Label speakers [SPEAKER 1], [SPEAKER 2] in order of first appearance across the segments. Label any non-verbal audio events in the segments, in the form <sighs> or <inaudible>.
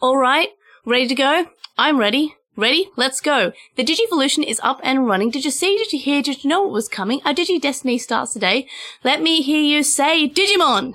[SPEAKER 1] All right, ready to go? I'm ready. Ready? Let's go. The Digivolution is up and running. Did you see? Did you hear? Did you know it was coming? Our Digi Destiny starts today. Let me hear you say Digimon.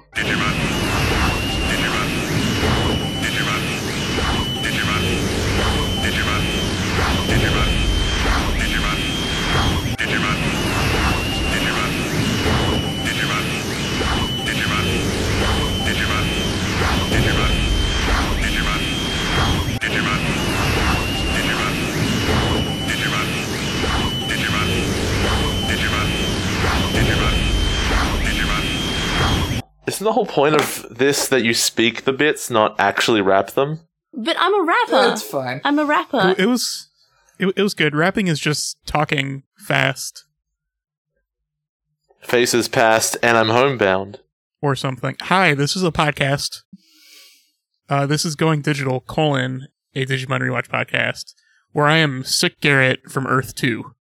[SPEAKER 2] Isn't the whole point of this that you speak the bits, not actually rap them?
[SPEAKER 1] But I'm a rapper.
[SPEAKER 3] That's fine.
[SPEAKER 1] I'm a rapper.
[SPEAKER 3] Uh,
[SPEAKER 4] It, it was it, it was good. Rapping is just talking fast
[SPEAKER 2] Faces past, and I'm homebound.
[SPEAKER 4] or something. Hi, this is a podcast. Uh, this is going digital colon a Digimon rewatch podcast where I am sick Garrett from Earth Two.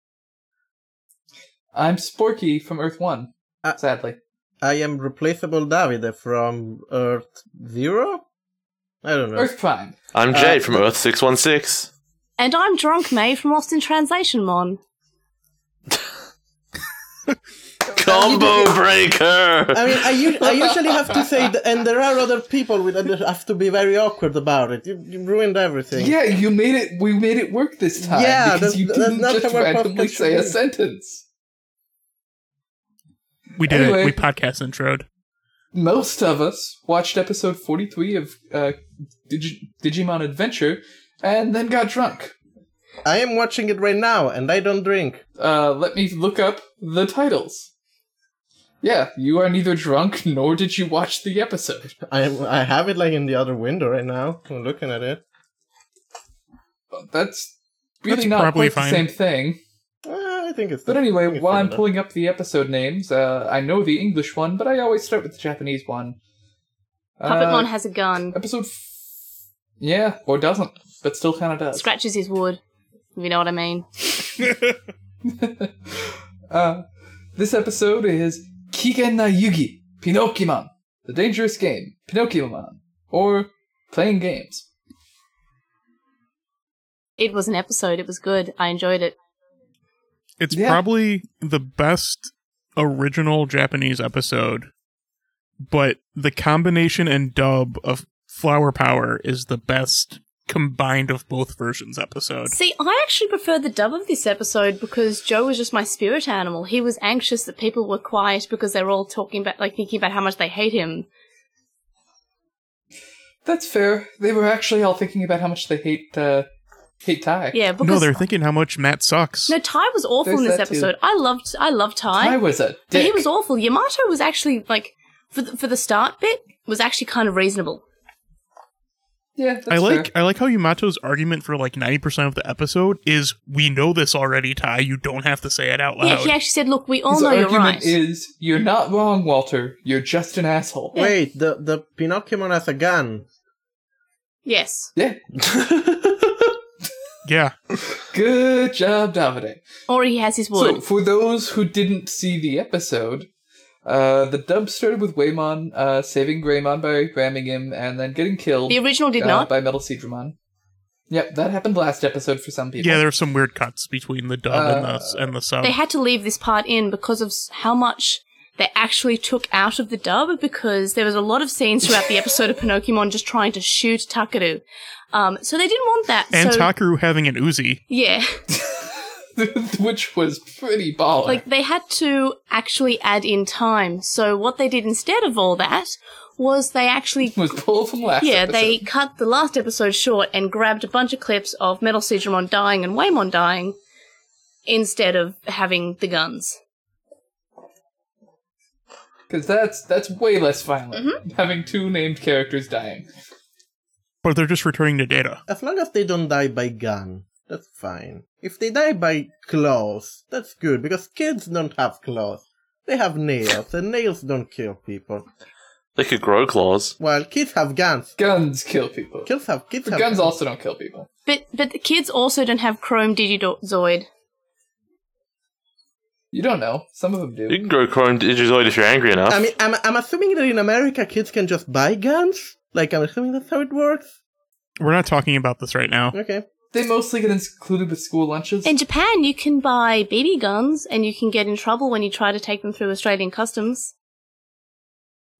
[SPEAKER 3] I'm Sporky from Earth One.
[SPEAKER 5] Uh,
[SPEAKER 3] sadly,
[SPEAKER 5] I am replaceable Davide from Earth Zero? I don't know.
[SPEAKER 3] Earth Prime.
[SPEAKER 2] I'm Jay
[SPEAKER 5] Uh,
[SPEAKER 2] from Earth 616.
[SPEAKER 1] And I'm Drunk May from Lost in Translation Mon.
[SPEAKER 2] <laughs> Combo breaker!
[SPEAKER 5] I mean, I, u- I usually have to say, th- and there are other people with that have to be very awkward about it. You, you ruined everything.
[SPEAKER 3] Yeah, you made it. We made it work this time.
[SPEAKER 5] Yeah,
[SPEAKER 3] because
[SPEAKER 5] that's-
[SPEAKER 3] you
[SPEAKER 5] that's
[SPEAKER 3] didn't
[SPEAKER 5] not
[SPEAKER 3] just
[SPEAKER 5] how our
[SPEAKER 3] randomly
[SPEAKER 5] podcast
[SPEAKER 3] say a
[SPEAKER 5] is.
[SPEAKER 3] sentence.
[SPEAKER 4] We did
[SPEAKER 3] Anyway.
[SPEAKER 4] it. We podcast introed.
[SPEAKER 3] Most of us watched episode 43 of uh, Digi- Digimon Adventure, and then got drunk.
[SPEAKER 5] I am watching it right now, and I don't drink.
[SPEAKER 3] Uh, let me look up the titles. Yeah, you are neither drunk nor did you watch the episode.
[SPEAKER 5] I am, I have it like in the other window right now. I'm looking at it.
[SPEAKER 3] That's really
[SPEAKER 4] That's
[SPEAKER 3] not
[SPEAKER 4] probably
[SPEAKER 3] quite
[SPEAKER 4] fine.
[SPEAKER 3] the same thing.
[SPEAKER 5] Uh, I think it's.
[SPEAKER 3] But
[SPEAKER 5] the- I think
[SPEAKER 3] anyway,
[SPEAKER 5] it's
[SPEAKER 3] while I'm
[SPEAKER 5] similar.
[SPEAKER 3] pulling up the episode names, uh, I know the English one, but I always start with the Japanese one. Uh,
[SPEAKER 1] Puppetmon has a gun.
[SPEAKER 3] episode. F- yeah, or doesn't, but still kind of does.
[SPEAKER 1] Scratches his wood. If you know what I mean.
[SPEAKER 3] Uh, this episode is Kigen na Yugi, Pinokimon, the dangerous game, Pinokimon, or playing games.
[SPEAKER 1] It was an episode. It was good. I enjoyed it.
[SPEAKER 4] It's
[SPEAKER 3] Yeah.
[SPEAKER 4] probably the best original Japanese episode, but the combination and dub of Flower Power is the best combined of both versions episode.
[SPEAKER 1] See, I actually prefer the dub of this episode because Joe was just my spirit animal. He was anxious that people were quiet because they were all talking about, like, thinking about how much they hate him.
[SPEAKER 3] That's fair. They were actually all thinking about how much they hate uh, hate Ty.
[SPEAKER 1] Yeah, because
[SPEAKER 4] no, they're thinking how much Matt sucks.
[SPEAKER 1] No, Ty was awful
[SPEAKER 3] There's
[SPEAKER 1] in this
[SPEAKER 3] that too.
[SPEAKER 1] episode. I loved, I loved Ty,
[SPEAKER 3] Ty was a
[SPEAKER 1] but
[SPEAKER 3] dick.
[SPEAKER 1] he was awful. Yamato was actually like, for the, for the start bit, was actually kind of reasonable.
[SPEAKER 3] yeah, that's
[SPEAKER 4] I like
[SPEAKER 3] fair.
[SPEAKER 4] I like how Yamato's argument for like ninety percent of the episode is we know this already, Ty. You don't have to say it out
[SPEAKER 1] Yeah,
[SPEAKER 4] loud.
[SPEAKER 1] he actually said, "Look, we all
[SPEAKER 3] His
[SPEAKER 1] know you're right."
[SPEAKER 3] argument is you're not wrong, Walter. You're just an asshole.
[SPEAKER 5] Wait, the the Pinocchio has a gun.
[SPEAKER 1] yes,
[SPEAKER 3] Yeah.
[SPEAKER 4] Yeah.
[SPEAKER 3] Good job, Davide.
[SPEAKER 1] or he has his
[SPEAKER 3] So,
[SPEAKER 1] wood.
[SPEAKER 3] for those who didn't see the episode, uh, the dub started with Waymon uh, saving Greymon by ramming him and then getting killed
[SPEAKER 1] the original did
[SPEAKER 3] uh,
[SPEAKER 1] not.
[SPEAKER 3] by Metal Seedramon. Yep, that happened last episode for some people.
[SPEAKER 4] Yeah, there's some weird cuts between the dub and the
[SPEAKER 3] Uh,
[SPEAKER 4] and the sub.
[SPEAKER 1] They
[SPEAKER 3] Um,
[SPEAKER 1] had to leave this part in because of s- how much they actually took out of the dub because there was a lot of scenes throughout the episode of Pinocchio just trying to shoot Takeru. Um, so they didn't want that.
[SPEAKER 4] and
[SPEAKER 1] so
[SPEAKER 4] Takaru having an Uzi.
[SPEAKER 1] yeah, <laughs>
[SPEAKER 3] <laughs> which was pretty baller.
[SPEAKER 1] like they had to actually add in time. So what they did instead of all that was they actually
[SPEAKER 3] <laughs> was pulled from last
[SPEAKER 1] yeah,
[SPEAKER 3] episode.
[SPEAKER 1] they cut the last episode short and grabbed a bunch of clips of Metal Seedramon dying and Waymon dying instead of having the guns.
[SPEAKER 3] Because that's, that's way less violent,
[SPEAKER 1] Mm-hmm.
[SPEAKER 3] having two named characters dying.
[SPEAKER 4] But they're just returning to data.
[SPEAKER 5] As long as they don't die by gun, that's fine. If they die by claws, that's good because kids don't have claws. They have nails, and nails don't kill people.
[SPEAKER 2] They could grow claws.
[SPEAKER 5] While kids have guns.
[SPEAKER 3] Guns kill people.
[SPEAKER 5] Kids have kids
[SPEAKER 3] But
[SPEAKER 5] have
[SPEAKER 3] guns also don't kill people.
[SPEAKER 1] But but the kids also don't have Chrome Digizoid.
[SPEAKER 3] You don't know. Some of them do.
[SPEAKER 2] You can grow chrome digizoid if you're angry enough.
[SPEAKER 5] I mean, I'm, I'm assuming that in America, kids can just buy guns. Like, I'm assuming that's how it works.
[SPEAKER 4] We're not talking about this right now.
[SPEAKER 5] Okay.
[SPEAKER 3] They mostly get included with school lunches.
[SPEAKER 1] In Japan, you can buy BB guns and you can get in trouble when you try to take them through Australian customs.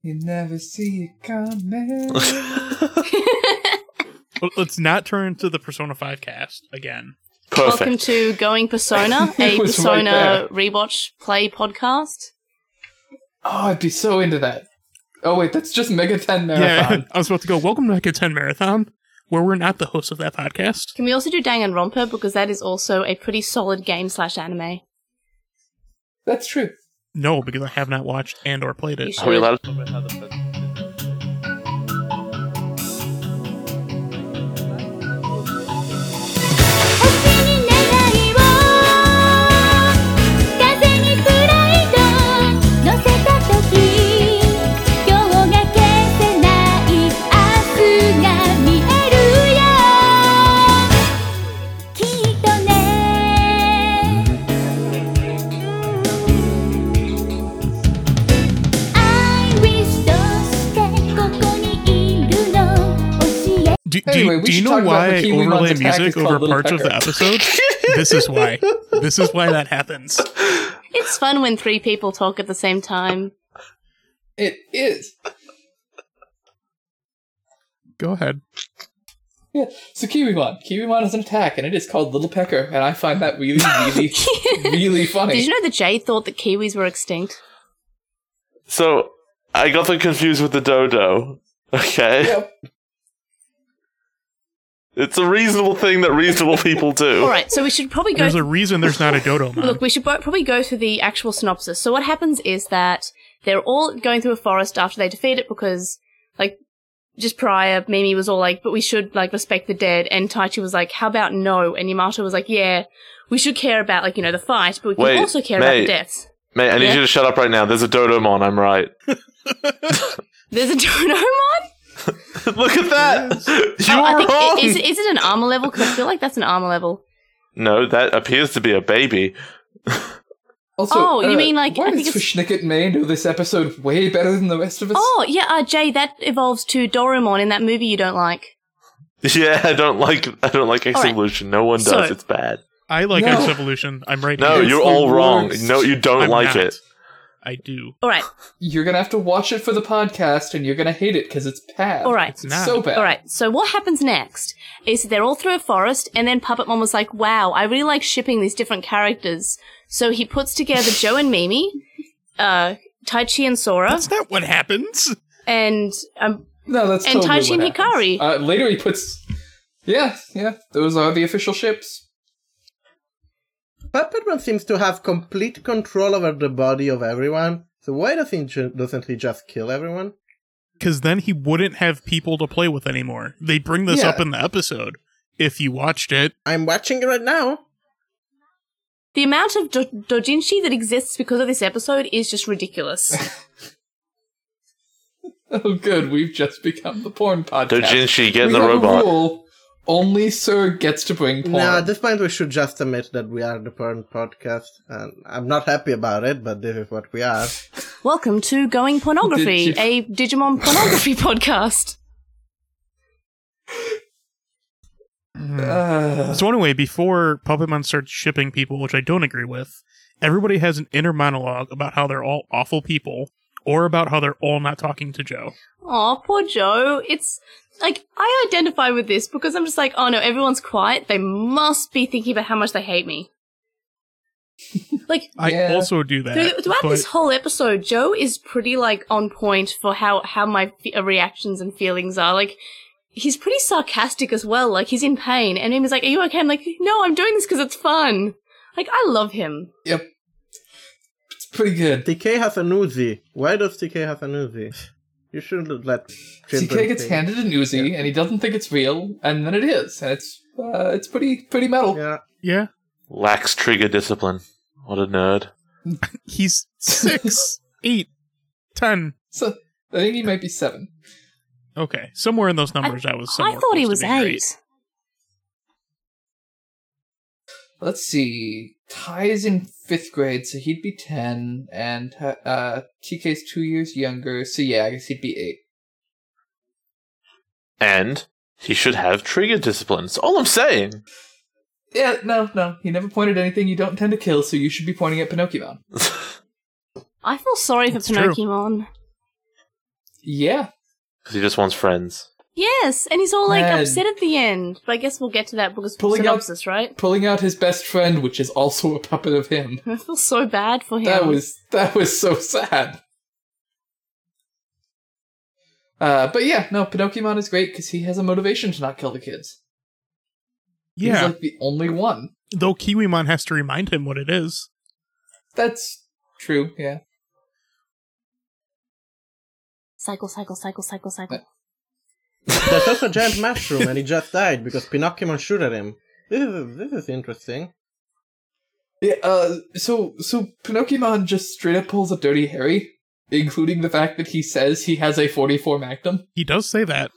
[SPEAKER 3] you never see it coming. <laughs>
[SPEAKER 4] Well, Let's not turn into the Persona 5 cast again.
[SPEAKER 1] Welcome
[SPEAKER 2] Perfect.
[SPEAKER 1] to Going Persona, a
[SPEAKER 3] It was right
[SPEAKER 1] Persona
[SPEAKER 3] there.
[SPEAKER 1] rewatch play podcast.
[SPEAKER 3] oh, I'd be so into that. Oh wait, that's just Mega Ten Marathon.
[SPEAKER 4] Yeah, <laughs> I was about to go, welcome to Mega 10 Marathon, where we're not the host of that podcast.
[SPEAKER 1] Can we also do Danganronpa because that is also a pretty solid game slash anime.
[SPEAKER 3] That's true.
[SPEAKER 4] No, because I have not watched and or played
[SPEAKER 1] You
[SPEAKER 4] it.
[SPEAKER 1] should.
[SPEAKER 2] Are we allowed
[SPEAKER 6] 「星に願いを風にプライド乗せたとき」「今日が消せない明日が見えるよ」「きっとね」「I wish どしてここにいるの教えて」
[SPEAKER 4] Do, do,
[SPEAKER 3] Anyway,
[SPEAKER 4] you-
[SPEAKER 3] we
[SPEAKER 4] do you
[SPEAKER 3] should
[SPEAKER 4] know
[SPEAKER 3] talk about
[SPEAKER 4] why
[SPEAKER 3] the
[SPEAKER 4] I
[SPEAKER 3] Kiwi Man's
[SPEAKER 4] overlay
[SPEAKER 3] attack is
[SPEAKER 4] music
[SPEAKER 3] called
[SPEAKER 4] over
[SPEAKER 3] Little
[SPEAKER 4] parts of the
[SPEAKER 3] Pecker.
[SPEAKER 4] episode? this is why. This is why that happens.
[SPEAKER 1] It's fun when three people talk at the same time.
[SPEAKER 3] It is.
[SPEAKER 4] Go ahead.
[SPEAKER 3] Yeah. So Kiwimon. Kiwimon is an attack, and it is called Little Pecker, and I find
[SPEAKER 1] <laughs>
[SPEAKER 3] that really, really, really funny.
[SPEAKER 1] Did you know that Jay thought that Kiwis were extinct?
[SPEAKER 2] So I got them confused with the dodo. <laughs> Okay.
[SPEAKER 3] Yep.
[SPEAKER 2] It's a reasonable thing that reasonable people
[SPEAKER 1] <laughs>
[SPEAKER 2] do.
[SPEAKER 1] All right, so we should probably go
[SPEAKER 4] There's a reason there's not a dodo
[SPEAKER 1] Look,
[SPEAKER 4] man.
[SPEAKER 1] we should bo- probably go through the actual synopsis. So what happens is that they're all going through a forest after they defeat it because, like, just prior, Mimi was all like, but we should, like, respect the dead. And Taichi was like, how about no? And Yamato was like, yeah, we should care about, like, you know, the fight, but we can
[SPEAKER 2] Wait,
[SPEAKER 1] also care about the
[SPEAKER 2] mate.
[SPEAKER 1] deaths.
[SPEAKER 2] Mate, I need
[SPEAKER 1] Yeah.
[SPEAKER 2] you to shut up right now. There's a dodo mon, I'm right. <laughs>
[SPEAKER 1] There's a <laughs> Dodomon?
[SPEAKER 2] Look at that! you
[SPEAKER 1] Oh, I
[SPEAKER 2] were
[SPEAKER 1] think, i-
[SPEAKER 2] wrong!
[SPEAKER 1] Is, it- is it an armor level? Because I feel like that's an armor level.
[SPEAKER 2] no, that appears to be a baby.
[SPEAKER 3] Also,
[SPEAKER 1] Oh, you
[SPEAKER 3] uh,
[SPEAKER 1] mean, like,
[SPEAKER 3] why
[SPEAKER 1] I think
[SPEAKER 3] does
[SPEAKER 1] it's-
[SPEAKER 3] Fishnicket May know this episode way better than the rest of us?
[SPEAKER 1] Oh, yeah, uh, Jay, that evolves to Doraemon in that movie you don't like.
[SPEAKER 2] <laughs> Yeah, I don't like I don't like X
[SPEAKER 1] All right.
[SPEAKER 2] Evolution. No one does.
[SPEAKER 1] So-
[SPEAKER 2] it's bad.
[SPEAKER 4] I like
[SPEAKER 3] No.
[SPEAKER 4] X Evolution. I'm right
[SPEAKER 2] No,
[SPEAKER 4] here.
[SPEAKER 3] It's
[SPEAKER 2] you're
[SPEAKER 3] the
[SPEAKER 2] all wrong.
[SPEAKER 3] worst.
[SPEAKER 2] No, you don't
[SPEAKER 4] I'm
[SPEAKER 2] like
[SPEAKER 4] not.
[SPEAKER 2] it.
[SPEAKER 4] I do.
[SPEAKER 1] All right,
[SPEAKER 3] You're gonna have to watch it for the podcast, and you're gonna hate it because it's bad.
[SPEAKER 1] all right.
[SPEAKER 4] It's not.
[SPEAKER 3] so bad.
[SPEAKER 1] All right. So what happens next is they're all through a forest, and then Puppet Mom was like, "Wow, I really like shipping these different characters." So he puts together Joe and Mimi, uh, Tai Chi and Sora,
[SPEAKER 4] That's not what happens.
[SPEAKER 1] and um,
[SPEAKER 3] No, that's
[SPEAKER 1] And
[SPEAKER 3] totally
[SPEAKER 1] Taishin
[SPEAKER 3] what happens.
[SPEAKER 1] Hikari.
[SPEAKER 3] Uh, later, he puts. Yeah, yeah. Those are the official ships.
[SPEAKER 5] Puppetman seems to have complete control over the body of everyone. So why does he ju- doesn't he just kill everyone?
[SPEAKER 4] Because then he wouldn't have people to play with anymore. They bring this
[SPEAKER 3] Yeah.
[SPEAKER 4] up in the episode. If you watched it,
[SPEAKER 5] I'm watching it right now.
[SPEAKER 1] the amount of do- dojinshi that exists because of this episode is just ridiculous.
[SPEAKER 3] Oh, good. We've just become the porn podcast.
[SPEAKER 2] Dojinshi, get in
[SPEAKER 3] we
[SPEAKER 2] the
[SPEAKER 3] have
[SPEAKER 2] robot.
[SPEAKER 3] A rule. Only Sir gets to bring porn.
[SPEAKER 5] Now, at this point, we should just admit that we are the porn podcast, and I'm not happy about it, but this is what we are.
[SPEAKER 1] Welcome to Going Pornography,
[SPEAKER 3] Digi-
[SPEAKER 1] a Digimon pornography <laughs> podcast.
[SPEAKER 3] Uh,
[SPEAKER 4] So anyway, before Puppetmon starts shipping people, which I don't agree with, everybody has an inner monologue about how they're all awful people, or about how they're all not talking to Joe.
[SPEAKER 1] Aw, poor Joe. It's like I identify with this because I'm just like, oh no, everyone's quiet. They must be thinking about how much they hate
[SPEAKER 4] <laughs>
[SPEAKER 1] me. like
[SPEAKER 4] I
[SPEAKER 3] Yeah.
[SPEAKER 4] also do that.
[SPEAKER 1] through, throughout
[SPEAKER 4] Uh, but
[SPEAKER 1] this whole episode, Joe is pretty like on point for how how my f- reactions and feelings are. Like he's pretty sarcastic as well. Like he's in pain, and Amy's like, "Are you okay?" I'm like, "No, I'm doing this because it's fun." Like I love him.
[SPEAKER 3] <sighs> yep. It's pretty good.
[SPEAKER 5] TK has an Uzi. Why does TK have an Uzi? You shouldn't let children
[SPEAKER 3] TK gets
[SPEAKER 5] think.
[SPEAKER 3] handed an Uzi, and he doesn't think it's real, and then it is, and it's uh, it's pretty pretty metal.
[SPEAKER 5] Yeah,
[SPEAKER 4] yeah,
[SPEAKER 2] Lacks trigger discipline. What a nerd.
[SPEAKER 4] he's
[SPEAKER 1] <laughs>
[SPEAKER 4] six, eight, ten.
[SPEAKER 3] So I think he might be seven.
[SPEAKER 4] Okay, somewhere in those numbers, I, was.
[SPEAKER 1] I
[SPEAKER 4] somewhere
[SPEAKER 1] thought he
[SPEAKER 4] close
[SPEAKER 1] was
[SPEAKER 4] to being
[SPEAKER 1] eight.
[SPEAKER 4] great.
[SPEAKER 3] Let's see. Ty's in fifth grade, so he'd be ten, and uh, TK's two years younger, so yeah, I guess he'd be eight.
[SPEAKER 2] And He should have trigger discipline. That's all I'm saying.
[SPEAKER 3] Yeah, no, no. He never pointed at anything you don't tend to kill, so you should be pointing at Pinocchio.
[SPEAKER 1] I feel sorry for
[SPEAKER 4] It's true.
[SPEAKER 1] Pinocchio.
[SPEAKER 3] Yeah.
[SPEAKER 2] Because he just wants friends.
[SPEAKER 1] Yes, and he's all like
[SPEAKER 3] Man.
[SPEAKER 1] upset at the end. But I guess we'll get to that because
[SPEAKER 3] Pulling up-
[SPEAKER 1] synopsis, right? <laughs>
[SPEAKER 3] Pulling out his best friend, which is also a puppet of him.
[SPEAKER 1] I feel so bad for him.
[SPEAKER 3] That was that was so sad. Uh, but yeah, no, Pinocchio is great because he has a motivation to not kill the kids.
[SPEAKER 4] Yeah,
[SPEAKER 3] He's like the only one.
[SPEAKER 4] though Kiwimon has to remind him what it is.
[SPEAKER 3] That's true, yeah.
[SPEAKER 1] cycle, cycle, cycle, cycle, cycle.
[SPEAKER 5] There's also a giant mushroom, and he just died because Pinocchio shot at him. This is this is interesting.
[SPEAKER 3] Yeah, uh, so so Pinocchimon just straight up pulls a dirty Harry, including the fact that he says he has a 44 Magnum.
[SPEAKER 4] He does say that.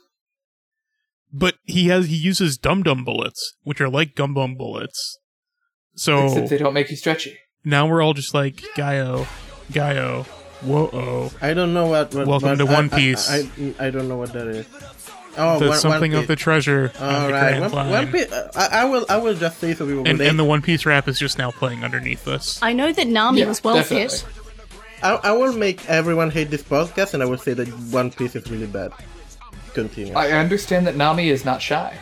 [SPEAKER 4] But he has he uses dum dum bullets, which are like gum bum bullets. So
[SPEAKER 3] Except they don't make you stretchy.
[SPEAKER 4] now we're all just like Gaio, Gaio, whoa oh.
[SPEAKER 5] I don't know what. what
[SPEAKER 4] Welcome
[SPEAKER 5] what-
[SPEAKER 4] to
[SPEAKER 5] I-
[SPEAKER 4] One
[SPEAKER 5] I-
[SPEAKER 4] Piece.
[SPEAKER 5] I, I, I don't know what that is. Oh,
[SPEAKER 4] The
[SPEAKER 5] One-
[SPEAKER 4] something
[SPEAKER 5] One
[SPEAKER 4] of the
[SPEAKER 5] Piece.
[SPEAKER 4] treasure on
[SPEAKER 5] All
[SPEAKER 4] the
[SPEAKER 5] right,
[SPEAKER 4] Grand Line.
[SPEAKER 5] One, One Piece. I, I will. I will just say so people
[SPEAKER 4] and,
[SPEAKER 5] will.
[SPEAKER 4] and the One Piece rap is just now playing underneath this.
[SPEAKER 1] I know that Nami
[SPEAKER 3] Yeah,
[SPEAKER 1] was well
[SPEAKER 3] definitely.
[SPEAKER 1] fit.
[SPEAKER 5] I, I will make everyone hate this podcast, and I will say that One Piece is really bad. Continue.
[SPEAKER 3] I understand that Nami is not shy.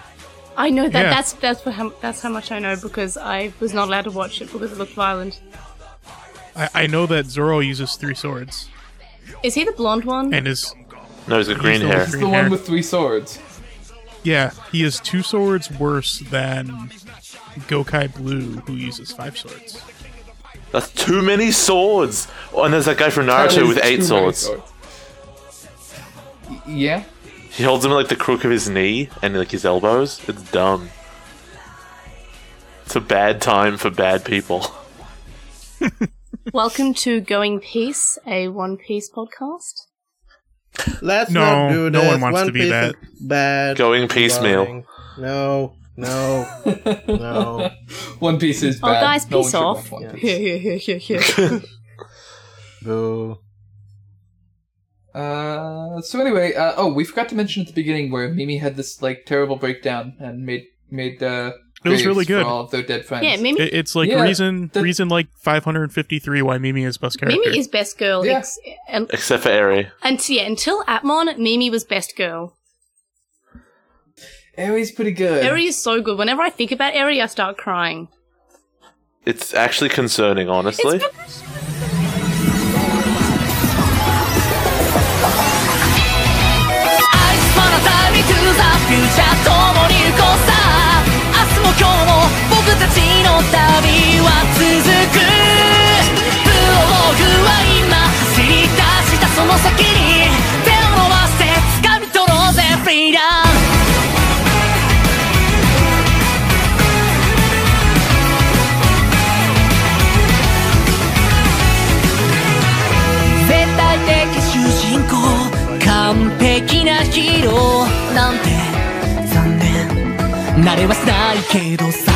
[SPEAKER 1] I know that.
[SPEAKER 4] Yeah.
[SPEAKER 1] That's that's for how, that's how much I know because I was not allowed to watch it because it looked violent.
[SPEAKER 4] I, I know that Zoro uses three swords
[SPEAKER 1] Is he the blonde one?
[SPEAKER 4] and is
[SPEAKER 2] No, he's got green
[SPEAKER 4] the
[SPEAKER 2] hair.
[SPEAKER 3] He's
[SPEAKER 4] Green
[SPEAKER 3] the
[SPEAKER 4] hair.
[SPEAKER 3] one with three swords.
[SPEAKER 4] yeah, he is two swords worse than Gokai Blue, who uses five swords.
[SPEAKER 2] That's too many swords. Oh, and there's that guy from
[SPEAKER 3] That
[SPEAKER 2] Naruto
[SPEAKER 3] is
[SPEAKER 2] with eight
[SPEAKER 3] too many
[SPEAKER 2] swords.
[SPEAKER 3] Y- Yeah.
[SPEAKER 2] He holds him at like the crook of his knee and like his elbows. It's dumb. It's a bad time for bad people. <laughs>
[SPEAKER 1] Welcome to Going Peace, a One Piece podcast.
[SPEAKER 5] Let's
[SPEAKER 4] No,
[SPEAKER 5] not do
[SPEAKER 4] no
[SPEAKER 5] this.
[SPEAKER 4] one wants
[SPEAKER 5] One
[SPEAKER 4] to be
[SPEAKER 5] Piece
[SPEAKER 4] that.
[SPEAKER 5] is Bad.
[SPEAKER 2] Going piecemeal.
[SPEAKER 5] boring. No.
[SPEAKER 3] <laughs>
[SPEAKER 5] No. no.
[SPEAKER 3] One Piece is
[SPEAKER 1] Oh,
[SPEAKER 3] bad.
[SPEAKER 1] guys,
[SPEAKER 3] No one
[SPEAKER 1] peace
[SPEAKER 3] should
[SPEAKER 1] off.
[SPEAKER 3] watch One
[SPEAKER 5] Yeah.
[SPEAKER 1] <laughs>
[SPEAKER 3] Piece.
[SPEAKER 1] Here, here, here,
[SPEAKER 3] <laughs>
[SPEAKER 1] here, here.
[SPEAKER 5] Boo.
[SPEAKER 3] Uh, so anyway, uh, oh, we forgot to mention at the beginning where Mimi had this like terrible breakdown and made made uh,
[SPEAKER 4] It was
[SPEAKER 3] graves
[SPEAKER 4] really good.
[SPEAKER 3] for all of their dead friends.
[SPEAKER 1] yeah, Mimi.
[SPEAKER 4] It, it's like
[SPEAKER 3] Yeah,
[SPEAKER 4] reason
[SPEAKER 3] that-
[SPEAKER 4] reason like 553 why Mimi is best character.
[SPEAKER 1] Mimi is best girl.
[SPEAKER 3] Yeah.
[SPEAKER 1] Ex- and,
[SPEAKER 2] Except for Eri.
[SPEAKER 1] and yeah, until Atmon, Mimi was best girl.
[SPEAKER 3] Aerie's pretty good.
[SPEAKER 1] Eri is so good. Whenever I think about Eri, I start crying.
[SPEAKER 2] It's actually concerning, honestly.
[SPEAKER 7] 「I just wanna drive me to the future」「共に行こうさ」「明日も今日も僕たちの旅は続く」「ブローグは今走り出したその先に」「手を伸ばして掴み取ろうぜフリーダム」絶対的主人公完璧なヒーローなんて残念なれはしないけどさ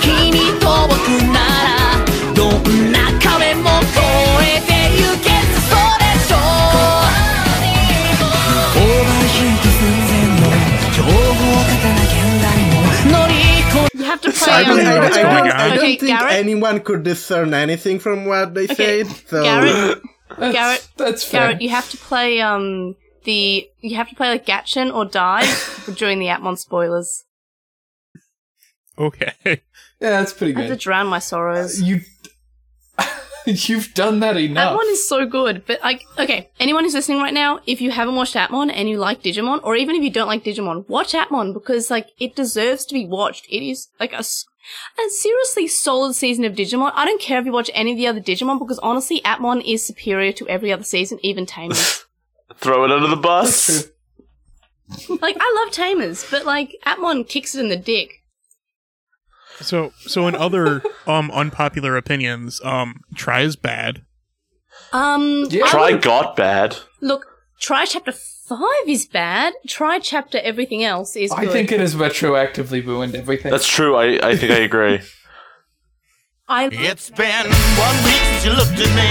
[SPEAKER 7] 君と僕ならどんな壁も越えてゆけそうでしょオーバーヒート寸前の情報を書かな現代も乗り越え
[SPEAKER 1] You
[SPEAKER 4] <laughs>
[SPEAKER 1] have to play um,
[SPEAKER 5] I
[SPEAKER 1] on
[SPEAKER 5] don't,
[SPEAKER 4] don't know
[SPEAKER 5] I, don't-
[SPEAKER 4] what's
[SPEAKER 5] I
[SPEAKER 4] going
[SPEAKER 5] don't-
[SPEAKER 4] on.
[SPEAKER 5] I don't
[SPEAKER 1] Okay,
[SPEAKER 5] think
[SPEAKER 1] Garrett.
[SPEAKER 5] anyone could discern anything from what they
[SPEAKER 1] Okay,
[SPEAKER 5] said. So
[SPEAKER 1] Garrett,
[SPEAKER 3] that's,
[SPEAKER 1] Garrett-
[SPEAKER 3] That's fair.
[SPEAKER 1] Garrett, you have to play um the you have to play like Gatchin or die <laughs> during the Atmon spoilers.
[SPEAKER 4] okay. <laughs>
[SPEAKER 3] yeah, that's pretty
[SPEAKER 1] I have to
[SPEAKER 3] good.
[SPEAKER 1] drown my sorrows.
[SPEAKER 3] You <laughs> you've done that enough.
[SPEAKER 1] Atmon is so good, but like, okay, anyone who's listening right now, if you haven't watched Atmon and you like Digimon, or even if you don't like Digimon, watch Atmon because like it deserves to be watched. It is like a, s- a seriously solid season of Digimon. I don't care if you watch any of the other Digimon because honestly, Atmon is superior to every other season, even
[SPEAKER 4] <laughs>
[SPEAKER 1] Tamers.
[SPEAKER 2] Throw it under the
[SPEAKER 3] That's
[SPEAKER 2] bus.
[SPEAKER 3] true.
[SPEAKER 1] like I love Tamers, but like Atmon kicks it in the dick.
[SPEAKER 4] So so in other um unpopular opinions, um try is bad.
[SPEAKER 1] Um,
[SPEAKER 3] Yeah.
[SPEAKER 1] I
[SPEAKER 2] Try
[SPEAKER 1] would-
[SPEAKER 2] got bad.
[SPEAKER 1] look, try chapter five is bad. Try chapter everything else is.
[SPEAKER 3] I
[SPEAKER 1] good.
[SPEAKER 3] think it has retroactively ruined everything.
[SPEAKER 2] That's true. I, I think I agree.
[SPEAKER 1] I
[SPEAKER 8] It's been one week since you looked at me.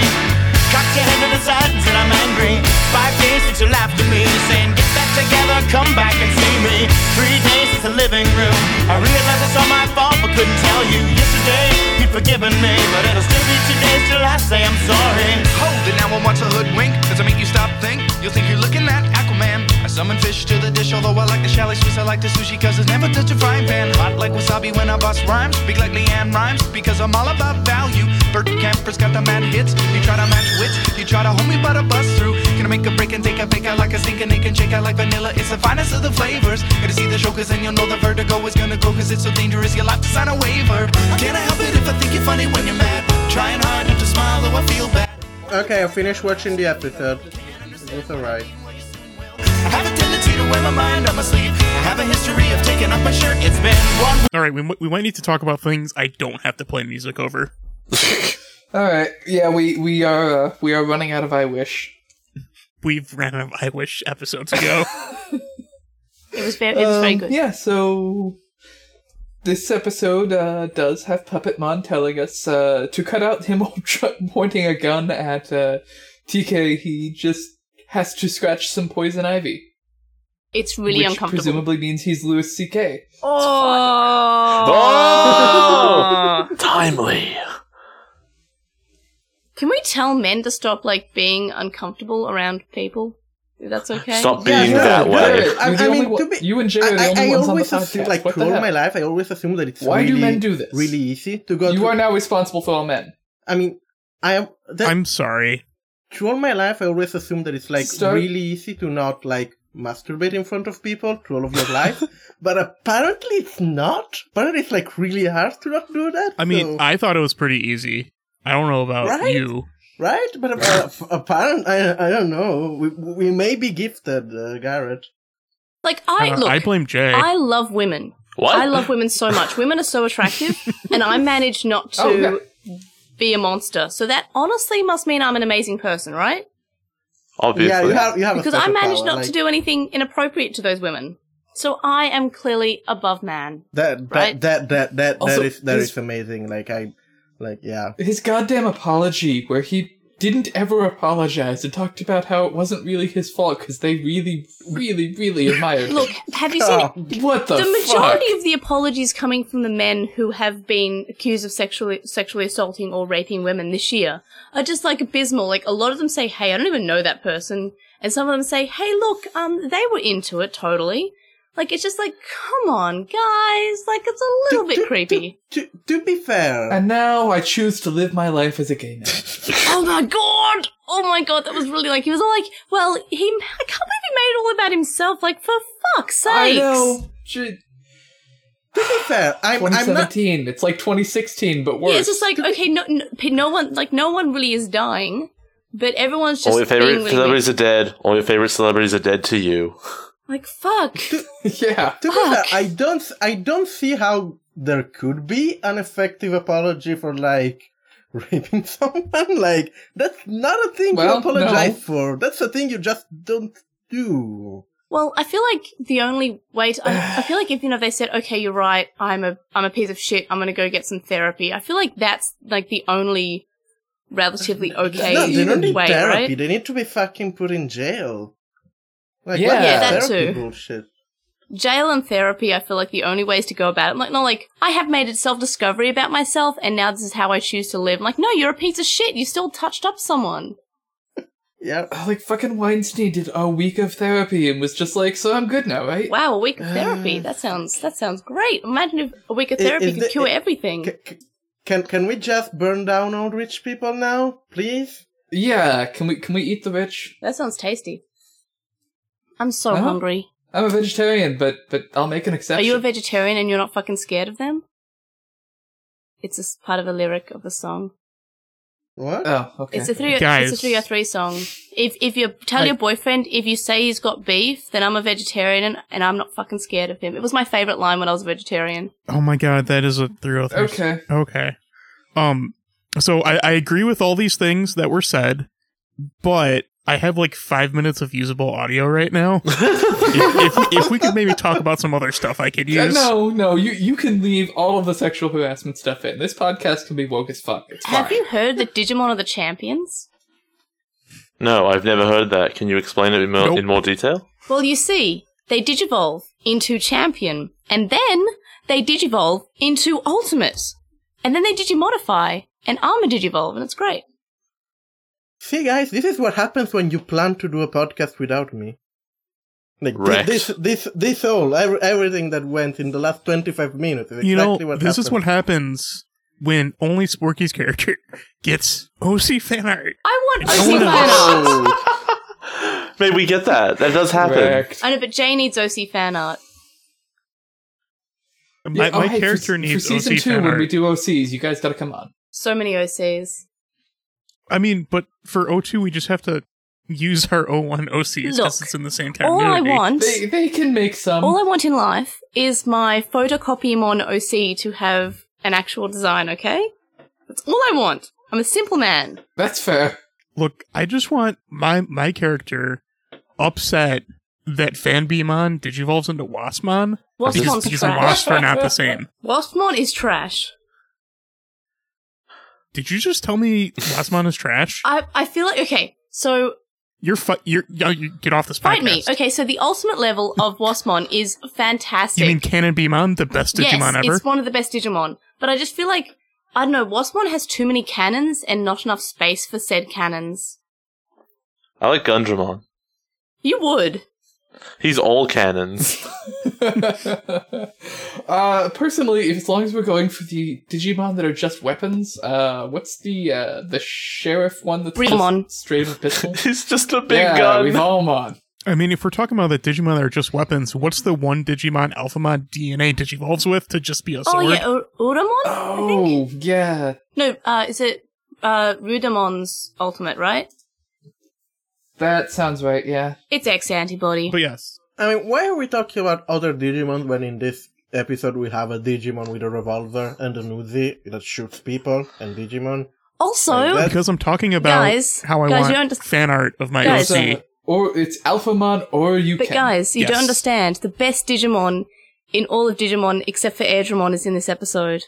[SPEAKER 8] Cocked your head to the side and said I'm angry. Five days since you laughed at me, saying get back to together, come back and see me. Three days is the living room. I realize it's all my fault, but couldn't tell you. Yesterday, you'd forgiven me, but it'll still be two days till I say I'm sorry.
[SPEAKER 9] Hold it now and watch a hoodwink. Does it make you stop think? You'll think you're looking at Aquaman. I summon fish to the dish, although I like the chalet Swiss. I like the sushi cause it's never touch a frying pan. Hot like wasabi when I bust rhymes. Big like Leanne rhymes because I'm all about value. Bert Kemper's got the mad hits. You try to match wits, you try to hold me but I bust through. Gonna make a break and take a fake out like a sink and they can shake out like vanilla. It's the finest of the flavors. Gonna see the show cause then you'll know the vertigo is gonna go cause it's so dangerous. You'll have to sign a waiver. Can I help it if I think you're funny when you're mad? Trying hard not to smile though I feel bad.
[SPEAKER 5] Okay, I finished watching the episode. It was alright.
[SPEAKER 8] I have a tendency to wear my mind on my sleeve. I have a history of taking off my shirt. It's been one
[SPEAKER 4] All right, we, mi- we might need to talk about things I don't have to play music over.
[SPEAKER 3] All right. Yeah, we we are uh, we are running out of I wish.
[SPEAKER 4] We've ran out of I Wish episodes ago.
[SPEAKER 1] It was very, it was very
[SPEAKER 3] Um,
[SPEAKER 1] good.
[SPEAKER 3] Yeah, so this episode uh, does have Puppet Mon telling us uh, to cut out him <laughs> tr- pointing a gun at uh, TK. He just has to scratch some poison ivy,
[SPEAKER 1] It's really
[SPEAKER 3] which
[SPEAKER 1] uncomfortable.
[SPEAKER 3] presumably means he's Louis C.K.
[SPEAKER 2] Oh! <laughs> Timely.
[SPEAKER 1] Can we tell men to stop like being uncomfortable around people? If That's okay.
[SPEAKER 2] Stop
[SPEAKER 5] Yeah,
[SPEAKER 2] being
[SPEAKER 5] no,
[SPEAKER 2] that
[SPEAKER 5] no,
[SPEAKER 2] way.
[SPEAKER 5] no. I-
[SPEAKER 3] You're the
[SPEAKER 5] I
[SPEAKER 3] only
[SPEAKER 5] mean,
[SPEAKER 3] one-
[SPEAKER 5] to be-
[SPEAKER 3] you and Jay are the
[SPEAKER 5] I,
[SPEAKER 3] only
[SPEAKER 5] I, I
[SPEAKER 3] ones on the
[SPEAKER 5] always assume,
[SPEAKER 3] podcast.
[SPEAKER 5] like
[SPEAKER 3] what the
[SPEAKER 5] throughout
[SPEAKER 3] heck?
[SPEAKER 5] my life, I always assume that it's
[SPEAKER 3] Why do
[SPEAKER 5] really,
[SPEAKER 3] men do this?
[SPEAKER 5] really easy to go.
[SPEAKER 3] You
[SPEAKER 5] to,
[SPEAKER 3] are now responsible for all men.
[SPEAKER 5] I mean, I am. That,
[SPEAKER 4] I'm sorry.
[SPEAKER 5] throughout my life, I always assume that it's like
[SPEAKER 3] Start-
[SPEAKER 5] really easy to not like masturbate in front of people through all of your
[SPEAKER 4] <laughs>
[SPEAKER 5] life, but apparently it's not. Apparently, it's like really hard to not do that.
[SPEAKER 4] I mean,
[SPEAKER 5] so-
[SPEAKER 4] I thought it was pretty easy. I don't know about
[SPEAKER 5] Right?
[SPEAKER 4] you.
[SPEAKER 5] right? But uh, apparently, I, I don't know. We we may be gifted, uh, Garrett.
[SPEAKER 1] like I
[SPEAKER 4] Uh,
[SPEAKER 1] look.
[SPEAKER 4] I blame Jay.
[SPEAKER 1] I love women.
[SPEAKER 2] What?
[SPEAKER 1] I love women so much. Women are so attractive,
[SPEAKER 2] <laughs>
[SPEAKER 1] and I manage not to
[SPEAKER 3] Oh, okay.
[SPEAKER 1] be a monster. So that honestly must mean I'm an amazing person, right?
[SPEAKER 2] Obviously.
[SPEAKER 5] Yeah, you have you have a
[SPEAKER 1] Because I
[SPEAKER 5] special
[SPEAKER 1] manage
[SPEAKER 5] power,
[SPEAKER 1] not
[SPEAKER 5] like,
[SPEAKER 1] to do anything inappropriate to those women. So I am clearly above man.
[SPEAKER 5] that. That
[SPEAKER 1] right?
[SPEAKER 5] that that that
[SPEAKER 3] Also,
[SPEAKER 5] that is that
[SPEAKER 3] his-
[SPEAKER 5] is amazing. Like I, like yeah.
[SPEAKER 3] His goddamn apology, where he didn't ever apologize and talked about how it wasn't really his fault because they really, really, really
[SPEAKER 1] <laughs>
[SPEAKER 3] admired
[SPEAKER 1] Look,
[SPEAKER 3] him.
[SPEAKER 1] have you seen it?
[SPEAKER 3] What the,
[SPEAKER 1] the
[SPEAKER 3] fuck?
[SPEAKER 1] majority of the apologies coming from the men who have been accused of sexually sexually assaulting or raping women this year are just like abysmal. Like a lot of them say, "Hey, I don't even know that person," and some of them say, "Hey, look, um, they were into it totally." Like it's just like, come on, guys! Like it's a little bit creepy.
[SPEAKER 5] To, to be fair,
[SPEAKER 3] And now I choose to live my life as a gay man.
[SPEAKER 1] oh my god! Oh my god! That was really like he was all like, "Well, he, I can't believe he made it all about himself." Like for fuck's sake!
[SPEAKER 3] I know. J-
[SPEAKER 5] to be fair, I'm I'm not
[SPEAKER 3] 2017. It's like 2016, but worse.
[SPEAKER 1] Yeah, it's just like okay, no, no, pe- no one like no one really is dying, but everyone's just
[SPEAKER 2] All your
[SPEAKER 1] being
[SPEAKER 2] favorite
[SPEAKER 1] really
[SPEAKER 2] celebrities
[SPEAKER 1] weird.
[SPEAKER 2] are dead. All your favorite celebrities are dead to you.
[SPEAKER 1] like fuck.
[SPEAKER 3] <laughs> yeah.
[SPEAKER 5] To be fair,
[SPEAKER 1] Fuck.
[SPEAKER 5] I don't I don't see how there could be an effective apology for like <laughs> raping someone. Like that's not a thing
[SPEAKER 3] Well,
[SPEAKER 5] you
[SPEAKER 3] no.
[SPEAKER 5] apologize for. That's a thing you just don't do.
[SPEAKER 1] Well, I feel like the only way to, I, I feel like if you know they said okay, you're right, I'm a I'm a piece of shit, I'm gonna go get some therapy. I feel like that's like the only relatively okay
[SPEAKER 5] no, they don't need
[SPEAKER 1] way,
[SPEAKER 5] therapy.
[SPEAKER 1] right?
[SPEAKER 5] They need to be fucking put in jail. Like,
[SPEAKER 3] Yeah.
[SPEAKER 5] what
[SPEAKER 3] Yeah,
[SPEAKER 1] that
[SPEAKER 5] therapy
[SPEAKER 1] too.
[SPEAKER 5] bullshit.
[SPEAKER 1] Jail and therapy, I feel like the only ways to go about it. I'm like, not like I have made a self discovery about myself, and now this is how I choose to live. I'm like, no, you're a piece of shit. You still touched up someone.
[SPEAKER 5] Yeah.
[SPEAKER 3] Uh, Like fucking Weinstein did a week of therapy and was just like, so I'm good now, right?
[SPEAKER 1] Wow, a week of therapy. That sounds that sounds great. Imagine if a week of
[SPEAKER 5] Is-
[SPEAKER 1] therapy
[SPEAKER 5] is
[SPEAKER 1] could
[SPEAKER 5] the-
[SPEAKER 1] cure
[SPEAKER 5] Uh. i-
[SPEAKER 1] everything.
[SPEAKER 5] C- c- can can we just burn down all rich people now, please?
[SPEAKER 3] Yeah. Can we can we eat the rich?
[SPEAKER 1] that sounds tasty. I'm so
[SPEAKER 5] Uh-huh.
[SPEAKER 3] Huh?
[SPEAKER 1] hungry.
[SPEAKER 3] I'm a vegetarian, but but I'll make an
[SPEAKER 1] Are
[SPEAKER 3] exception.
[SPEAKER 1] you a vegetarian and you're not fucking scared of them? It's a s- part of a lyric of a song.
[SPEAKER 5] What?
[SPEAKER 3] Oh, okay.
[SPEAKER 1] It's a three.
[SPEAKER 4] Guys.
[SPEAKER 1] It's a three or three song. If if you tell
[SPEAKER 4] I-
[SPEAKER 1] your boyfriend if you say he's got beef, then I'm a vegetarian and, and I'm not fucking scared of him. It was my favorite line when I was a vegetarian.
[SPEAKER 4] Oh my god, that is a 303.
[SPEAKER 3] Okay.
[SPEAKER 4] Okay. Um so I, I agree with all these things that were said, but I have like five minutes of usable audio right <laughs> now. if, if, if we could maybe talk about some other stuff I
[SPEAKER 3] <laughs>
[SPEAKER 4] could
[SPEAKER 3] Uh,
[SPEAKER 4] use.
[SPEAKER 3] No, no, you you can leave all of the sexual harassment stuff in. This podcast can be woke as fuck. It's
[SPEAKER 1] Have
[SPEAKER 3] fine.
[SPEAKER 1] you heard that Digimon are the champions?
[SPEAKER 2] No, I've never heard that. Can you explain it in more,
[SPEAKER 4] Nope.
[SPEAKER 2] in more detail?
[SPEAKER 1] Well, you see, they digivolve into champion, and then they digivolve into ultimate, and then they digimodify and armor digivolve, and it's great.
[SPEAKER 5] See, guys, this is what happens when you plan to do a podcast without me. Like thi-
[SPEAKER 2] Wrecked.
[SPEAKER 5] this, this, this all, ev- everything that went in the last twenty-five minutes is exactly
[SPEAKER 4] you know,
[SPEAKER 5] what
[SPEAKER 4] this is
[SPEAKER 5] happened.
[SPEAKER 4] what happens when only Sporky's character <laughs> gets OC fan art.
[SPEAKER 1] I want
[SPEAKER 4] It's
[SPEAKER 1] OC
[SPEAKER 4] so
[SPEAKER 1] fan art.
[SPEAKER 2] Maybe we get that. That does happen.
[SPEAKER 3] Correct.
[SPEAKER 1] I know, but Jay needs OC fan art.
[SPEAKER 4] My,
[SPEAKER 3] Yeah, oh,
[SPEAKER 4] my
[SPEAKER 3] hey, for-
[SPEAKER 4] character
[SPEAKER 3] for
[SPEAKER 4] needs
[SPEAKER 3] season
[SPEAKER 4] OC
[SPEAKER 3] two
[SPEAKER 4] fan
[SPEAKER 3] when we
[SPEAKER 4] art.
[SPEAKER 3] do OCs. You guys got to come on.
[SPEAKER 1] So many OCs.
[SPEAKER 4] I mean, but for O2, we just have to use our O1 OCs
[SPEAKER 1] Look,
[SPEAKER 4] because it's in the same
[SPEAKER 1] All
[SPEAKER 4] continuity.
[SPEAKER 1] I want,
[SPEAKER 3] They they can make
[SPEAKER 4] Um,
[SPEAKER 3] some.
[SPEAKER 1] all I want in life is my photocopymon OC to have an actual design. Okay, that's all I want. I'm a simple man.
[SPEAKER 3] That's fair.
[SPEAKER 4] Look, I just want my my character upset that Fanbeamon digivolves into Waspmon
[SPEAKER 1] Waspmon's
[SPEAKER 4] because he's and
[SPEAKER 1] trash.
[SPEAKER 4] Wasp are not
[SPEAKER 1] <laughs>
[SPEAKER 4] the same.
[SPEAKER 1] Waspmon is trash.
[SPEAKER 4] Did you just tell me Waspmon is trash?
[SPEAKER 1] I I feel like okay. So
[SPEAKER 4] You're fu- you're yo, you get off this podcast.
[SPEAKER 1] Fight me. Okay, so the ultimate level
[SPEAKER 4] <laughs>
[SPEAKER 1] of Wasmon is fantastic.
[SPEAKER 4] You mean Canon Beamon, the best Digimon
[SPEAKER 1] yes,
[SPEAKER 4] ever?
[SPEAKER 1] It's one of the best Digimon. But I just feel like I don't know, Wasmon has too many cannons and not enough space for said cannons.
[SPEAKER 2] I like Gundramon.
[SPEAKER 1] You would.
[SPEAKER 2] He's all cannons. <laughs>
[SPEAKER 3] <laughs> uh, personally, if, as long as we're going for the Digimon that are just weapons, uh, what's the uh, the sheriff one that's
[SPEAKER 1] Breedmon.
[SPEAKER 3] just straight up a pistol?
[SPEAKER 2] He's just a <laughs> big
[SPEAKER 3] yeah,
[SPEAKER 2] gun.
[SPEAKER 3] we've
[SPEAKER 2] <laughs>
[SPEAKER 3] all mon.
[SPEAKER 4] I mean, if we're talking about the Digimon that are just weapons, what's the one Digimon Alphamon DNA digivolves with to just be a
[SPEAKER 1] Oh
[SPEAKER 4] sword?
[SPEAKER 1] yeah, U- Uramon? I think?
[SPEAKER 3] Oh yeah,
[SPEAKER 1] No, uh, is it uh Rudamon's ultimate, right?
[SPEAKER 3] that sounds right. Yeah,
[SPEAKER 1] It's X antibody.
[SPEAKER 4] But yes,
[SPEAKER 5] I mean, why are we talking about other Digimon when in this episode we have a Digimon with a revolver and an Uzi that shoots people and Digimon?
[SPEAKER 1] Also,
[SPEAKER 5] Like that?
[SPEAKER 4] because I'm talking about
[SPEAKER 1] Guys,
[SPEAKER 4] how I
[SPEAKER 1] guys, you
[SPEAKER 4] want
[SPEAKER 1] don't understand-
[SPEAKER 4] fan art of my
[SPEAKER 1] Guys.
[SPEAKER 4] OC.
[SPEAKER 3] It's, uh, or it's Alphamon or you
[SPEAKER 1] but
[SPEAKER 3] can.
[SPEAKER 1] guys, you don't
[SPEAKER 4] Yes.
[SPEAKER 1] understand. The best Digimon in all of Digimon except for Airdramon is in this episode.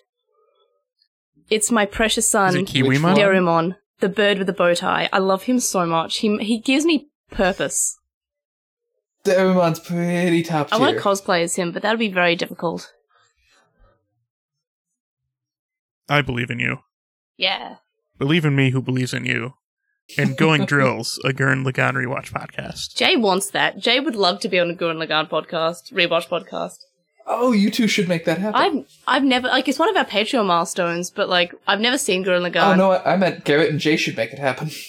[SPEAKER 1] It's my precious
[SPEAKER 4] Is
[SPEAKER 1] son.
[SPEAKER 4] it Kiwimon?
[SPEAKER 3] one?
[SPEAKER 1] Derrimon, the bird with the bow tie. I love him so much. He he gives me purpose.
[SPEAKER 3] Deremon's pretty top
[SPEAKER 1] I want
[SPEAKER 3] tier.
[SPEAKER 1] to cosplay as him, but that'd be very difficult.
[SPEAKER 4] I believe in you.
[SPEAKER 1] Yeah.
[SPEAKER 4] Believe in me who believes in you. And Going Drills, a Gurren Lagann rewatch podcast.
[SPEAKER 1] Jay wants that. Jay would love to be on a Gurren Lagann podcast, rewatch podcast.
[SPEAKER 3] oh, you two should make that happen. Oh,
[SPEAKER 1] I've I've never like it's one of our Patreon milestones, but like I've never seen Gurren Lagann.
[SPEAKER 3] oh no, I, I meant Garrett and Jay should make it happen. <laughs>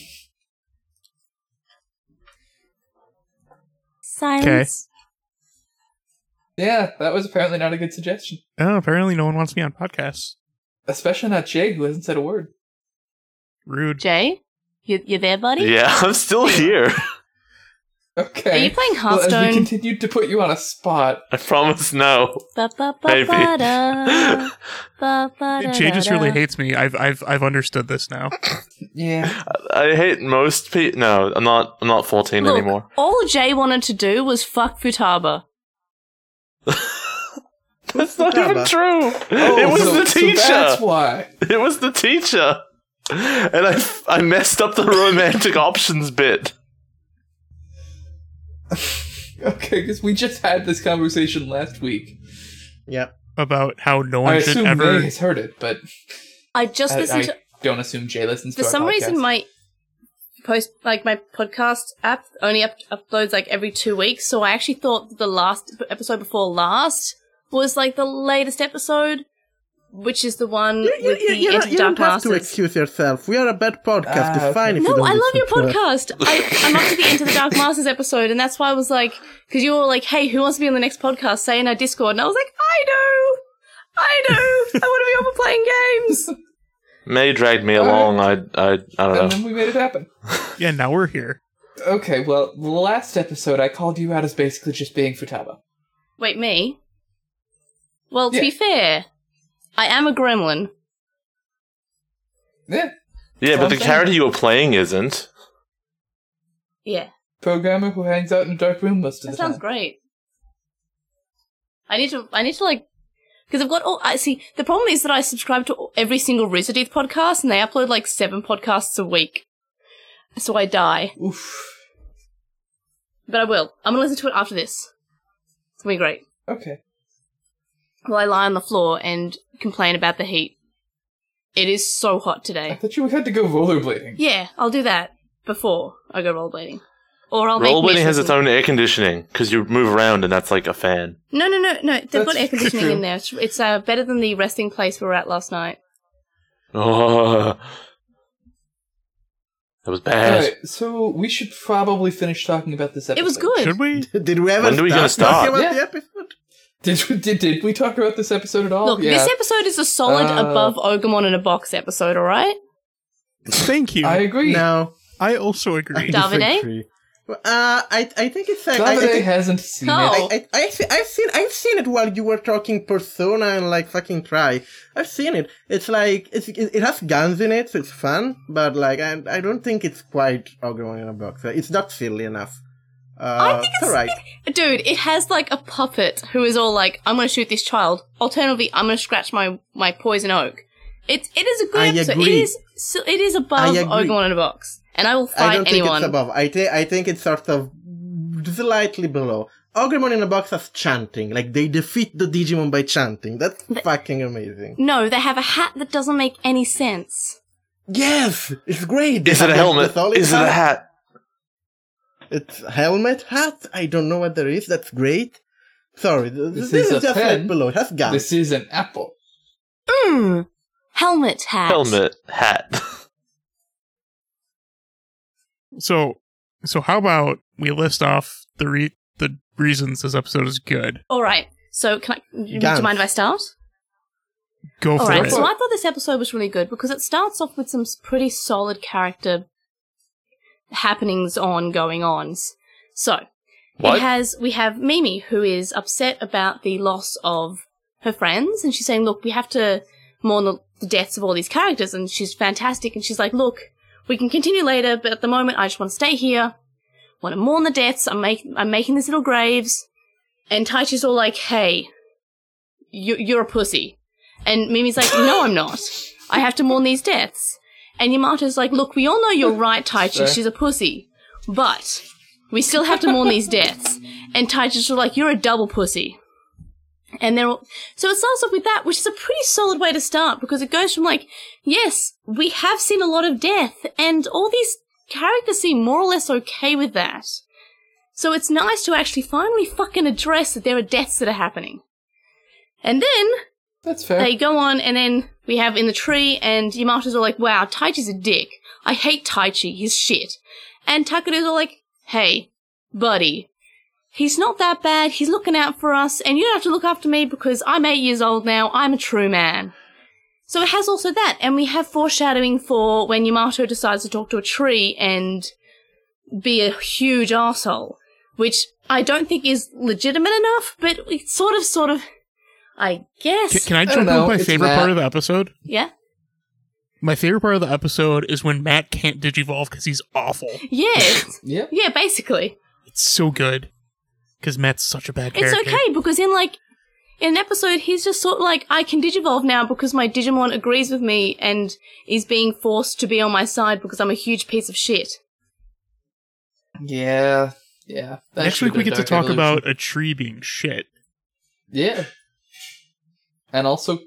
[SPEAKER 1] Silence.
[SPEAKER 3] yeah, that was apparently not a good suggestion,
[SPEAKER 4] Oh, apparently no one wants me on podcasts.
[SPEAKER 3] especially not Jay, who hasn't said a word.
[SPEAKER 4] Rude.
[SPEAKER 1] Jay, you you there, buddy?
[SPEAKER 2] yeah, <laughs> I'm still here.
[SPEAKER 3] Okay.
[SPEAKER 1] Are you playing
[SPEAKER 3] Well, as
[SPEAKER 1] Hearthstone?
[SPEAKER 3] we continued to put you on a spot,
[SPEAKER 2] I promise no.
[SPEAKER 1] Ba, ba, ba,
[SPEAKER 2] Maybe.
[SPEAKER 1] ba, da. Ba, ba, da,
[SPEAKER 4] Jay
[SPEAKER 1] da,
[SPEAKER 4] just really
[SPEAKER 1] da.
[SPEAKER 4] hates me. I've I've I've understood this now.
[SPEAKER 3] yeah,
[SPEAKER 2] I hate most people. No, I'm not. I'm not 14
[SPEAKER 1] Look,
[SPEAKER 2] anymore.
[SPEAKER 1] All Jay wanted to do was fuck Futaba.
[SPEAKER 2] That's not even
[SPEAKER 5] Futaba.
[SPEAKER 2] true. it was
[SPEAKER 3] Oh, so-
[SPEAKER 2] the
[SPEAKER 3] so
[SPEAKER 2] teacher.
[SPEAKER 3] that's why.
[SPEAKER 2] <laughs> it was the teacher. And I, f- I messed up the romantic options bit.
[SPEAKER 3] Okay, because we just had this conversation last week.
[SPEAKER 5] Yeah.
[SPEAKER 4] About how no
[SPEAKER 3] I
[SPEAKER 4] one should
[SPEAKER 3] assume
[SPEAKER 4] ever
[SPEAKER 3] May has heard it, but
[SPEAKER 1] I just
[SPEAKER 3] I,
[SPEAKER 1] listened
[SPEAKER 3] I
[SPEAKER 1] to
[SPEAKER 3] don't assume Jay listens.
[SPEAKER 1] for
[SPEAKER 3] to our
[SPEAKER 1] some reason
[SPEAKER 3] podcast.
[SPEAKER 1] my post like my podcast app only up- uploads like every two weeks so i actually thought that the last p- episode before last was like the latest episode which is the one
[SPEAKER 5] You, you,
[SPEAKER 1] with
[SPEAKER 5] you,
[SPEAKER 1] the
[SPEAKER 5] you, don't, you
[SPEAKER 1] anti-dark
[SPEAKER 5] don't have to
[SPEAKER 1] masters
[SPEAKER 5] excuse yourself. We are a bad podcast.
[SPEAKER 3] Ah,
[SPEAKER 5] it's fine if you
[SPEAKER 1] no
[SPEAKER 5] don't
[SPEAKER 1] i love
[SPEAKER 5] listen
[SPEAKER 1] your
[SPEAKER 5] to us.
[SPEAKER 1] podcast I, i'm up to the end of the dark masters episode and that's why i was like because you were like hey who wants to be on the next podcast say in our discord and i was like i do i do i want to be over playing games
[SPEAKER 2] May dragged me along. I, I, I don't
[SPEAKER 3] and
[SPEAKER 2] know.
[SPEAKER 3] then we made it happen.
[SPEAKER 4] <laughs> Yeah, now we're here.
[SPEAKER 3] Okay, well, the last episode I called you out as basically just being Futaba.
[SPEAKER 1] Wait, me? Well, to
[SPEAKER 3] Yeah.
[SPEAKER 1] be fair, I am a gremlin.
[SPEAKER 3] Yeah,
[SPEAKER 2] Yeah, but the
[SPEAKER 3] Something.
[SPEAKER 2] character you were playing isn't.
[SPEAKER 1] Yeah,
[SPEAKER 3] programmer who hangs out in a dark room most
[SPEAKER 1] that
[SPEAKER 3] of the
[SPEAKER 1] sounds
[SPEAKER 3] time.
[SPEAKER 1] great. I need to, I need to like, because I've got all. I see. The problem is that I subscribe to every single Rooster Teeth podcast, and they upload like seven podcasts a week, so I die.
[SPEAKER 3] Oof.
[SPEAKER 1] But I will. I'm gonna listen to it after this. It's gonna be great.
[SPEAKER 3] Okay.
[SPEAKER 1] While I lie on the floor and complain about the heat. It is so hot
[SPEAKER 3] I
[SPEAKER 1] today.
[SPEAKER 3] thought you had to go rollerblading.
[SPEAKER 1] Yeah, I'll do that before I go rollerblading. Or I'll make
[SPEAKER 2] Rollerblading
[SPEAKER 1] Mitch
[SPEAKER 2] has
[SPEAKER 1] listen-
[SPEAKER 2] its own air conditioning because you move around and that's like a fan. <laughs>
[SPEAKER 1] No, no, no, no. They've got
[SPEAKER 3] That's
[SPEAKER 1] air conditioning
[SPEAKER 3] true.
[SPEAKER 1] in there. It's- It's uh, better than the resting place we were at last night.
[SPEAKER 2] Oh, that was
[SPEAKER 3] All
[SPEAKER 2] bad.
[SPEAKER 3] right, so we should probably finish talking about this episode.
[SPEAKER 1] It was good.
[SPEAKER 4] Should we?
[SPEAKER 5] Did we ever
[SPEAKER 2] When do we gonna
[SPEAKER 5] start talking
[SPEAKER 2] start?
[SPEAKER 5] about
[SPEAKER 3] Yeah.
[SPEAKER 5] the episode?
[SPEAKER 3] Did we, did, did we talk about this episode at all?
[SPEAKER 1] Look,
[SPEAKER 3] yeah.
[SPEAKER 1] this episode is a solid
[SPEAKER 3] Uh,
[SPEAKER 1] above Ogamon in a box episode, all right?
[SPEAKER 4] Thank you.
[SPEAKER 3] I
[SPEAKER 4] I,
[SPEAKER 3] agree.
[SPEAKER 5] No.
[SPEAKER 4] also agree.
[SPEAKER 1] Done. Davide?
[SPEAKER 5] Disagree. Uh, I I think it's like I, I,
[SPEAKER 3] Davide
[SPEAKER 5] think-
[SPEAKER 3] hasn't seen
[SPEAKER 1] No.
[SPEAKER 3] it.
[SPEAKER 1] Oh.
[SPEAKER 5] I, I, I've, se- I've seen I've seen it while you were talking Persona and like fucking try. I've seen it. It's like it's, it, it has guns in it, so it's fun. But like I, I don't think it's quite Ogre in a box. It's not silly enough. Uh,
[SPEAKER 1] I think it's-
[SPEAKER 5] all right.
[SPEAKER 1] Dude, it has like a puppet who is all like, I'm gonna shoot this child. Alternatively, I'm gonna scratch my, my poison oak. It's it is a good
[SPEAKER 5] I
[SPEAKER 1] episode.
[SPEAKER 5] agree.
[SPEAKER 1] It is so it is above
[SPEAKER 5] I agree.
[SPEAKER 1] Ogamon in a box. And I will
[SPEAKER 5] I
[SPEAKER 1] fight
[SPEAKER 5] don't
[SPEAKER 1] anyone.
[SPEAKER 5] think it's above. I think I think it's sort of slightly below. Ogremon in a box has chanting, like they defeat the Digimon by chanting. That's fucking amazing.
[SPEAKER 1] no, they have a hat that doesn't make any sense.
[SPEAKER 5] Yes, it's great.
[SPEAKER 2] Is it a
[SPEAKER 5] Like,
[SPEAKER 2] helmet?
[SPEAKER 5] with all
[SPEAKER 2] Is it
[SPEAKER 5] has.
[SPEAKER 2] a hat?
[SPEAKER 5] It's helmet hat. I don't know what there is. That's great. Sorry, th-
[SPEAKER 3] This
[SPEAKER 5] this,
[SPEAKER 3] is
[SPEAKER 5] is,
[SPEAKER 3] a
[SPEAKER 5] just
[SPEAKER 3] pen.
[SPEAKER 5] like below. It has gun.
[SPEAKER 3] This is an apple.
[SPEAKER 1] Mm. Helmet hat.
[SPEAKER 2] Helmet hat. <laughs>
[SPEAKER 4] So, so how about we list off the re- the reasons this episode is good?
[SPEAKER 1] Alright. So can I do you
[SPEAKER 5] Guns.
[SPEAKER 1] mind if I start?
[SPEAKER 4] Go for
[SPEAKER 1] Alright,
[SPEAKER 4] it.
[SPEAKER 1] so I thought this episode was really good because it starts off with some s- pretty solid character happenings on going ons. So
[SPEAKER 2] What?
[SPEAKER 1] it has we have Mimi who is upset about the loss of her friends and she's saying, Look, we have to mourn the, the deaths of all these characters and she's fantastic and she's like, Look, we can continue later, but at the moment I just want to stay here. Want to mourn the deaths, I'm making I'm making these little graves. And Taichi's all like, Hey, you- you're a pussy. And Mimi's like, no, I'm not. I have to mourn these deaths. And Yamato's like, look, we all know you're right, Taichi.
[SPEAKER 3] Fair.
[SPEAKER 1] She's a pussy. But we still have to mourn these deaths. And Taichi's sort of like, you're a double pussy. And then, so it starts off with that, which is a pretty solid way to start because it goes from like, yes, we have seen a lot of death and all these characters seem more or less okay with that. So it's nice to actually finally fucking address that there are deaths that are happening. And then
[SPEAKER 3] That's fair.
[SPEAKER 1] they go on, and then we have in the tree, and Yamato's all like, wow, Taichi's a dick. I hate Taichi. He's shit. And Takeru's all like, hey, buddy, he's not that bad. He's looking out for us, and you don't have to look after me because I'm eight years old now. I'm a true man. So it has also that, and we have foreshadowing for when Yamato decides to talk to a tree and be a huge asshole, which I don't think is legitimate enough, but it's sort of, sort of, I guess.
[SPEAKER 4] Can, can I
[SPEAKER 3] don't
[SPEAKER 4] jump in
[SPEAKER 3] know,
[SPEAKER 4] with my
[SPEAKER 3] it's
[SPEAKER 4] favorite
[SPEAKER 3] Matt.
[SPEAKER 4] part of the episode?
[SPEAKER 1] yeah.
[SPEAKER 4] My favorite part of the episode is when Matt can't digivolve because he's awful.
[SPEAKER 1] Yes.
[SPEAKER 3] <laughs> yep.
[SPEAKER 1] yeah, basically.
[SPEAKER 4] It's so good because Matt's such a bad
[SPEAKER 1] It's
[SPEAKER 4] character.
[SPEAKER 1] okay because in like in an episode he's just sort of like I can digivolve now because my Digimon agrees with me and is being forced to be on my side because I'm a huge piece of shit.
[SPEAKER 3] Yeah. Yeah. That
[SPEAKER 4] Next
[SPEAKER 3] should
[SPEAKER 4] week
[SPEAKER 3] have
[SPEAKER 4] we
[SPEAKER 3] been
[SPEAKER 4] get to
[SPEAKER 3] Dark
[SPEAKER 4] talk
[SPEAKER 3] Evolution.
[SPEAKER 4] about a tree being shit
[SPEAKER 3] Yeah. And also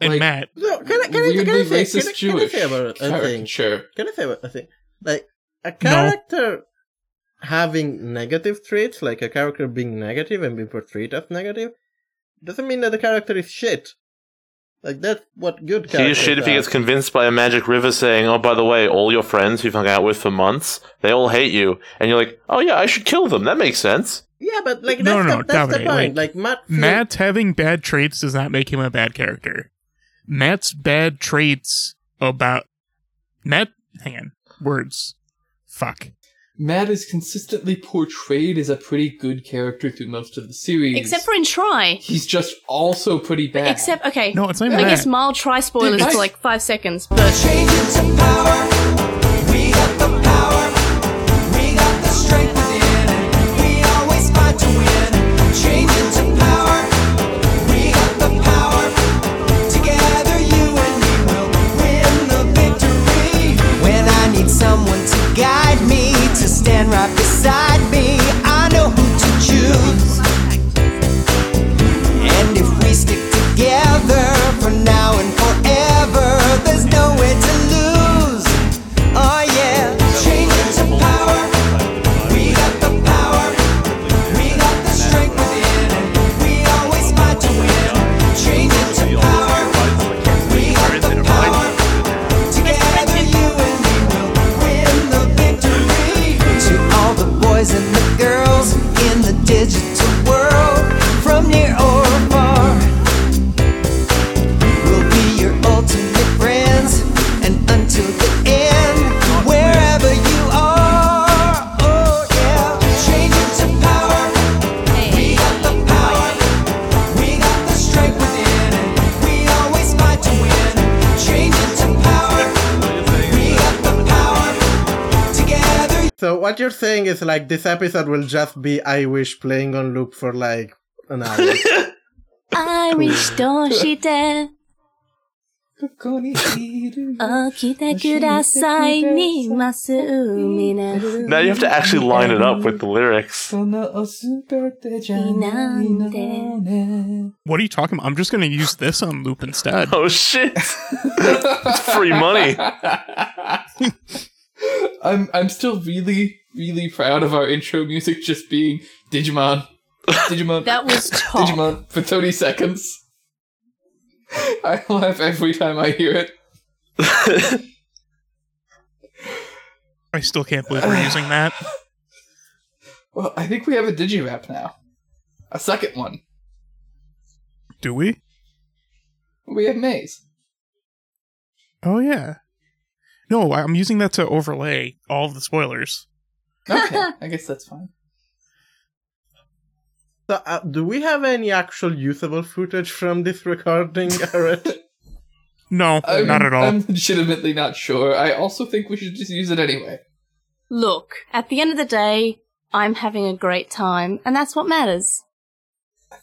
[SPEAKER 4] and
[SPEAKER 3] Like-
[SPEAKER 4] Matt.
[SPEAKER 5] No, can I, can I, can
[SPEAKER 3] weirdly
[SPEAKER 5] I say,
[SPEAKER 3] racist
[SPEAKER 5] can I, can I
[SPEAKER 3] Jewish
[SPEAKER 5] say about a thing?
[SPEAKER 3] caricature.
[SPEAKER 5] Can I say about a thing? Like a character having negative traits, like a character being negative and being portrayed as negative, doesn't mean that the character is shit. Like that's what good
[SPEAKER 2] He
[SPEAKER 5] characters.
[SPEAKER 2] is shit if he
[SPEAKER 5] are.
[SPEAKER 2] gets convinced by a magic river saying, "Oh, by the way, all your friends you've hung out with for months, they all hate you," and you're like, "Oh yeah, I should kill them." That makes sense.
[SPEAKER 5] Yeah, but like that's,
[SPEAKER 4] No, no,
[SPEAKER 5] the,
[SPEAKER 4] no,
[SPEAKER 5] that's the
[SPEAKER 4] Davide,
[SPEAKER 5] point. Like, Matt, feels-
[SPEAKER 4] Matt having bad traits does not make him a bad character. Matt's bad traits about Matt. Hang on, words. Fuck.
[SPEAKER 3] Matt is consistently portrayed as a pretty good character through most of the series.
[SPEAKER 1] Except for in Try.
[SPEAKER 3] he's just also pretty bad.
[SPEAKER 1] Except okay.
[SPEAKER 4] No, it's not
[SPEAKER 1] I
[SPEAKER 4] Matt.
[SPEAKER 1] guess mild try spoilers
[SPEAKER 3] Dude, I-
[SPEAKER 1] for like five seconds, but
[SPEAKER 10] When I need someone to guide me, to stand right beside me,
[SPEAKER 9] Oh, oh
[SPEAKER 5] what you're saying is like this episode will just be I wish playing on loop for like an
[SPEAKER 1] <laughs>
[SPEAKER 5] hour.
[SPEAKER 1] I wish として、 <laughs>
[SPEAKER 3] Kokoni-
[SPEAKER 1] 起きてくださいにます皆。
[SPEAKER 2] Now you have to actually line it up with the
[SPEAKER 3] <laughs>
[SPEAKER 2] lyrics.
[SPEAKER 3] そんなおすべてじゃないのね。
[SPEAKER 4] What are you talking about? I'm just going to use this on loop instead.
[SPEAKER 2] Oh shit! it's <laughs> free money.
[SPEAKER 3] <laughs> I'm I'm still really really proud of our intro music just being Digimon, Digimon,
[SPEAKER 1] That
[SPEAKER 4] <laughs>
[SPEAKER 1] was top.
[SPEAKER 3] Digimon for thirty seconds. I laugh every time I hear it.
[SPEAKER 4] <laughs> I still can't believe we're using that.
[SPEAKER 3] Well, I think we have a Digirap now, a second one.
[SPEAKER 4] <sighs> Do we?
[SPEAKER 3] We have Maze.
[SPEAKER 4] Oh, yeah. No, I'm using that to overlay all of the spoilers.
[SPEAKER 1] <laughs>
[SPEAKER 3] Okay, I guess that's fine.
[SPEAKER 5] so, uh, do we have any actual usable footage from
[SPEAKER 1] <laughs>
[SPEAKER 5] this recording, Garrett?
[SPEAKER 4] No,
[SPEAKER 1] Oh,
[SPEAKER 3] I'm-
[SPEAKER 4] not at all.
[SPEAKER 3] I'm legitimately not sure. I also think we should just use it anyway.
[SPEAKER 1] Look, at the end of the day, I'm having a great time, and that's what matters.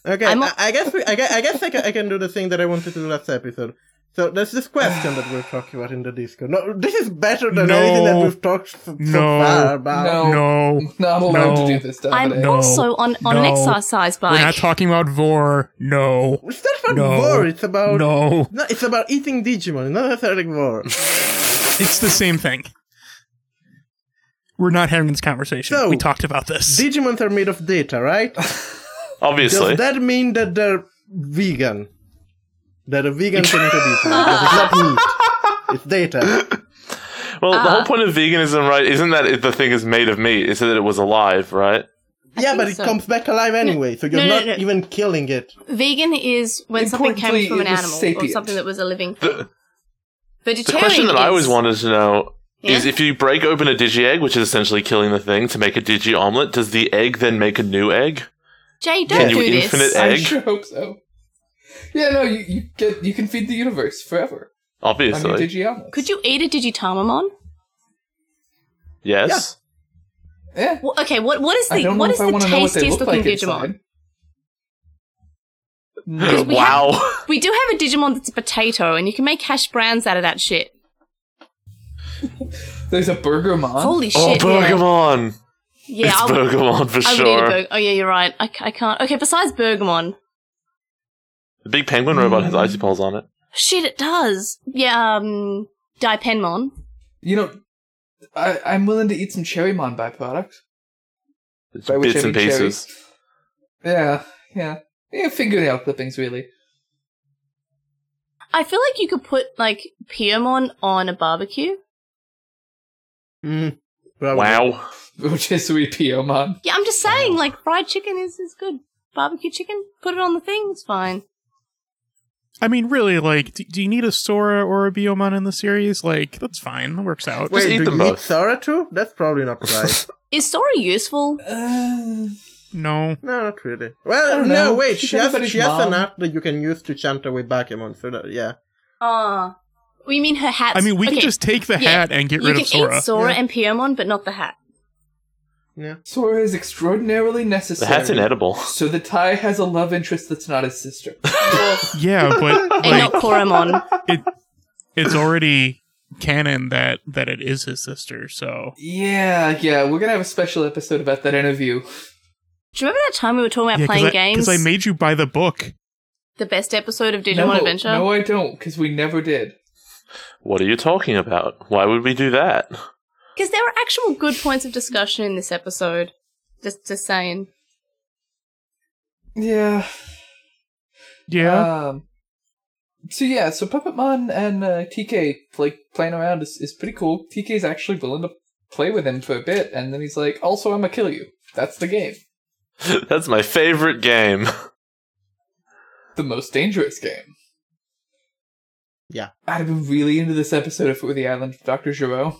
[SPEAKER 5] Okay,
[SPEAKER 1] I'm
[SPEAKER 5] I
[SPEAKER 1] a-
[SPEAKER 5] I guess we, I guess I guess I can, I can do the thing that I wanted to do last episode. So there's this question that we're talking about in the Discord. No, this is better than
[SPEAKER 4] No.
[SPEAKER 5] anything that we've talked so, so
[SPEAKER 4] No.
[SPEAKER 5] far about.
[SPEAKER 3] No.
[SPEAKER 4] no.
[SPEAKER 3] Not allowed to
[SPEAKER 4] No.
[SPEAKER 3] do this,
[SPEAKER 1] I'm
[SPEAKER 3] Dominic.
[SPEAKER 4] Uh, No.
[SPEAKER 1] also on, on an
[SPEAKER 4] No.
[SPEAKER 1] exercise bike.
[SPEAKER 4] We're not talking about Vor. No.
[SPEAKER 5] It's not about
[SPEAKER 4] No.
[SPEAKER 5] war. It's about no.
[SPEAKER 4] No.
[SPEAKER 5] It's about eating Digimon. Not necessarily war.
[SPEAKER 4] <laughs> It's the same thing. We're not having this conversation.
[SPEAKER 5] So-
[SPEAKER 4] we talked about this.
[SPEAKER 5] Digimons are made of data, right?
[SPEAKER 2] Obviously.
[SPEAKER 5] Does that mean that they're vegan? That a vegan can eat a Digimon? Because it's not meat. It's data.
[SPEAKER 2] Well, the whole point of veganism, right, isn't that it- the thing is made of meat? It's that it was alive, right?
[SPEAKER 5] yeah, but
[SPEAKER 1] think
[SPEAKER 5] it
[SPEAKER 1] so.
[SPEAKER 5] comes back alive anyway, so you're
[SPEAKER 1] No, no,
[SPEAKER 5] not
[SPEAKER 1] no.
[SPEAKER 5] even killing it.
[SPEAKER 1] Vegan is when something came
[SPEAKER 3] Importantly,
[SPEAKER 1] from an
[SPEAKER 3] it was
[SPEAKER 1] animal or
[SPEAKER 3] sapient.
[SPEAKER 1] something that was a living thing.
[SPEAKER 2] The, the
[SPEAKER 1] Vegetarian
[SPEAKER 2] question that I always
[SPEAKER 1] is-
[SPEAKER 2] wanted to know is
[SPEAKER 1] Yeah?
[SPEAKER 2] if you break open a digi egg, which is essentially killing the thing to make a digi omelet, does the egg then make a new egg?
[SPEAKER 1] Jay,
[SPEAKER 2] Can
[SPEAKER 1] don't
[SPEAKER 2] you
[SPEAKER 1] do this.
[SPEAKER 2] infinite
[SPEAKER 3] I
[SPEAKER 2] egg?
[SPEAKER 3] sure hope so. Yeah, no, you, you get you can feed the universe forever on your
[SPEAKER 2] Obviously.
[SPEAKER 3] Digimon.
[SPEAKER 1] Could you eat a Digitamamon?
[SPEAKER 2] yes.
[SPEAKER 3] Yeah.
[SPEAKER 1] Well, okay, what what is
[SPEAKER 3] I
[SPEAKER 1] the
[SPEAKER 3] don't
[SPEAKER 1] what
[SPEAKER 3] know
[SPEAKER 1] is
[SPEAKER 3] if I
[SPEAKER 1] the
[SPEAKER 3] want to know what they
[SPEAKER 1] tastiest
[SPEAKER 3] look
[SPEAKER 1] looking
[SPEAKER 3] like
[SPEAKER 1] Digimon?
[SPEAKER 3] inside. No.
[SPEAKER 1] we
[SPEAKER 2] <laughs> wow.
[SPEAKER 1] We do have a Digimon that's a potato, and you can make hash browns out of that shit.
[SPEAKER 3] There's a Burger Mon.
[SPEAKER 1] Holy
[SPEAKER 2] oh,
[SPEAKER 1] shit! yeah,
[SPEAKER 2] Bergamon.
[SPEAKER 1] yeah
[SPEAKER 2] it's
[SPEAKER 1] I would,
[SPEAKER 2] Bergamon
[SPEAKER 1] I would eat
[SPEAKER 2] for
[SPEAKER 1] a
[SPEAKER 2] sure.
[SPEAKER 1] burger. Oh yeah, you're right. I, c- I can't. Okay, besides Bergamon,
[SPEAKER 2] the big penguin robot
[SPEAKER 1] Mm.
[SPEAKER 2] has icy poles on it.
[SPEAKER 1] shit, it does. Yeah, um, Dipenmon.
[SPEAKER 3] You know, I, I'm willing to eat some Cherry Mon byproduct.
[SPEAKER 2] It's
[SPEAKER 3] By which
[SPEAKER 2] bits
[SPEAKER 3] I
[SPEAKER 2] and
[SPEAKER 3] mean cherry.
[SPEAKER 2] pieces.
[SPEAKER 3] Yeah, yeah. Yeah, fingernail clippings, really. <laughs>
[SPEAKER 1] I feel like you could put like Piamon on a barbecue.
[SPEAKER 5] Mm, probably.
[SPEAKER 2] Wow.
[SPEAKER 3] Rotisserie Pio Mon.
[SPEAKER 1] Yeah, I'm just saying, like fried chicken is is good. Barbecue chicken, put it on the thing. It's fine.
[SPEAKER 4] I mean, really, like, do, do you need a Sora or a Biomon in the series? Like, that's fine. That works out.
[SPEAKER 2] Wait. eat
[SPEAKER 5] do
[SPEAKER 2] them
[SPEAKER 5] you
[SPEAKER 2] both.
[SPEAKER 5] eat Sora too? That's probably not right.
[SPEAKER 1] Is Sora useful?
[SPEAKER 3] Uh,
[SPEAKER 4] No.
[SPEAKER 5] no, not really.
[SPEAKER 3] I
[SPEAKER 5] Well,
[SPEAKER 3] don't
[SPEAKER 5] no,
[SPEAKER 3] know.
[SPEAKER 5] wait.
[SPEAKER 3] She's
[SPEAKER 5] She has,
[SPEAKER 3] everybody's
[SPEAKER 5] she has an
[SPEAKER 3] mom.
[SPEAKER 5] app that you can use to chant away Bakemon. So that, yeah.
[SPEAKER 1] Ah, we mean her hat.
[SPEAKER 4] I mean, we can just take the
[SPEAKER 1] Yeah.
[SPEAKER 4] hat and get
[SPEAKER 1] you
[SPEAKER 4] rid
[SPEAKER 1] can
[SPEAKER 4] of Sora.
[SPEAKER 1] eat <laughs> Sora
[SPEAKER 5] Yeah.
[SPEAKER 1] and Piamon, but not the hat.
[SPEAKER 3] Sora is extraordinarily
[SPEAKER 2] The
[SPEAKER 3] necessary.
[SPEAKER 2] hat's inedible.
[SPEAKER 3] So the Tai has a love interest that's not
[SPEAKER 2] <laughs>
[SPEAKER 3] his sister.
[SPEAKER 4] yeah,
[SPEAKER 1] And
[SPEAKER 4] but like,
[SPEAKER 1] not
[SPEAKER 4] <laughs>
[SPEAKER 1] Koromon.
[SPEAKER 4] it, it's already canon that that it is his sister. So
[SPEAKER 3] yeah, yeah. We're gonna have a special episode about that interview.
[SPEAKER 1] Do you remember that time we were talking about
[SPEAKER 4] yeah,
[SPEAKER 1] playing
[SPEAKER 4] I,
[SPEAKER 1] games?
[SPEAKER 4] I made you buy the book.
[SPEAKER 1] the best episode of Digimon
[SPEAKER 3] no,
[SPEAKER 1] Adventure.
[SPEAKER 3] No, I don't, because we never did.
[SPEAKER 2] What are you talking about? Why would we do that? <laughs>
[SPEAKER 1] Because there were actual good points of discussion in this episode. Just, just saying.
[SPEAKER 3] Yeah.
[SPEAKER 4] Yeah,
[SPEAKER 1] Uh,
[SPEAKER 3] Um, so yeah, so Puppetmon and uh, TK like playing around is, is pretty cool. TK's actually willing to play with him for a bit, and then he's like, "Also, I'm gonna kill you." That's the game,
[SPEAKER 2] That's my favorite game.
[SPEAKER 3] the most dangerous game.
[SPEAKER 5] Yeah.
[SPEAKER 3] I'd have been really into this episode if it were the Island of Doctor Giroux.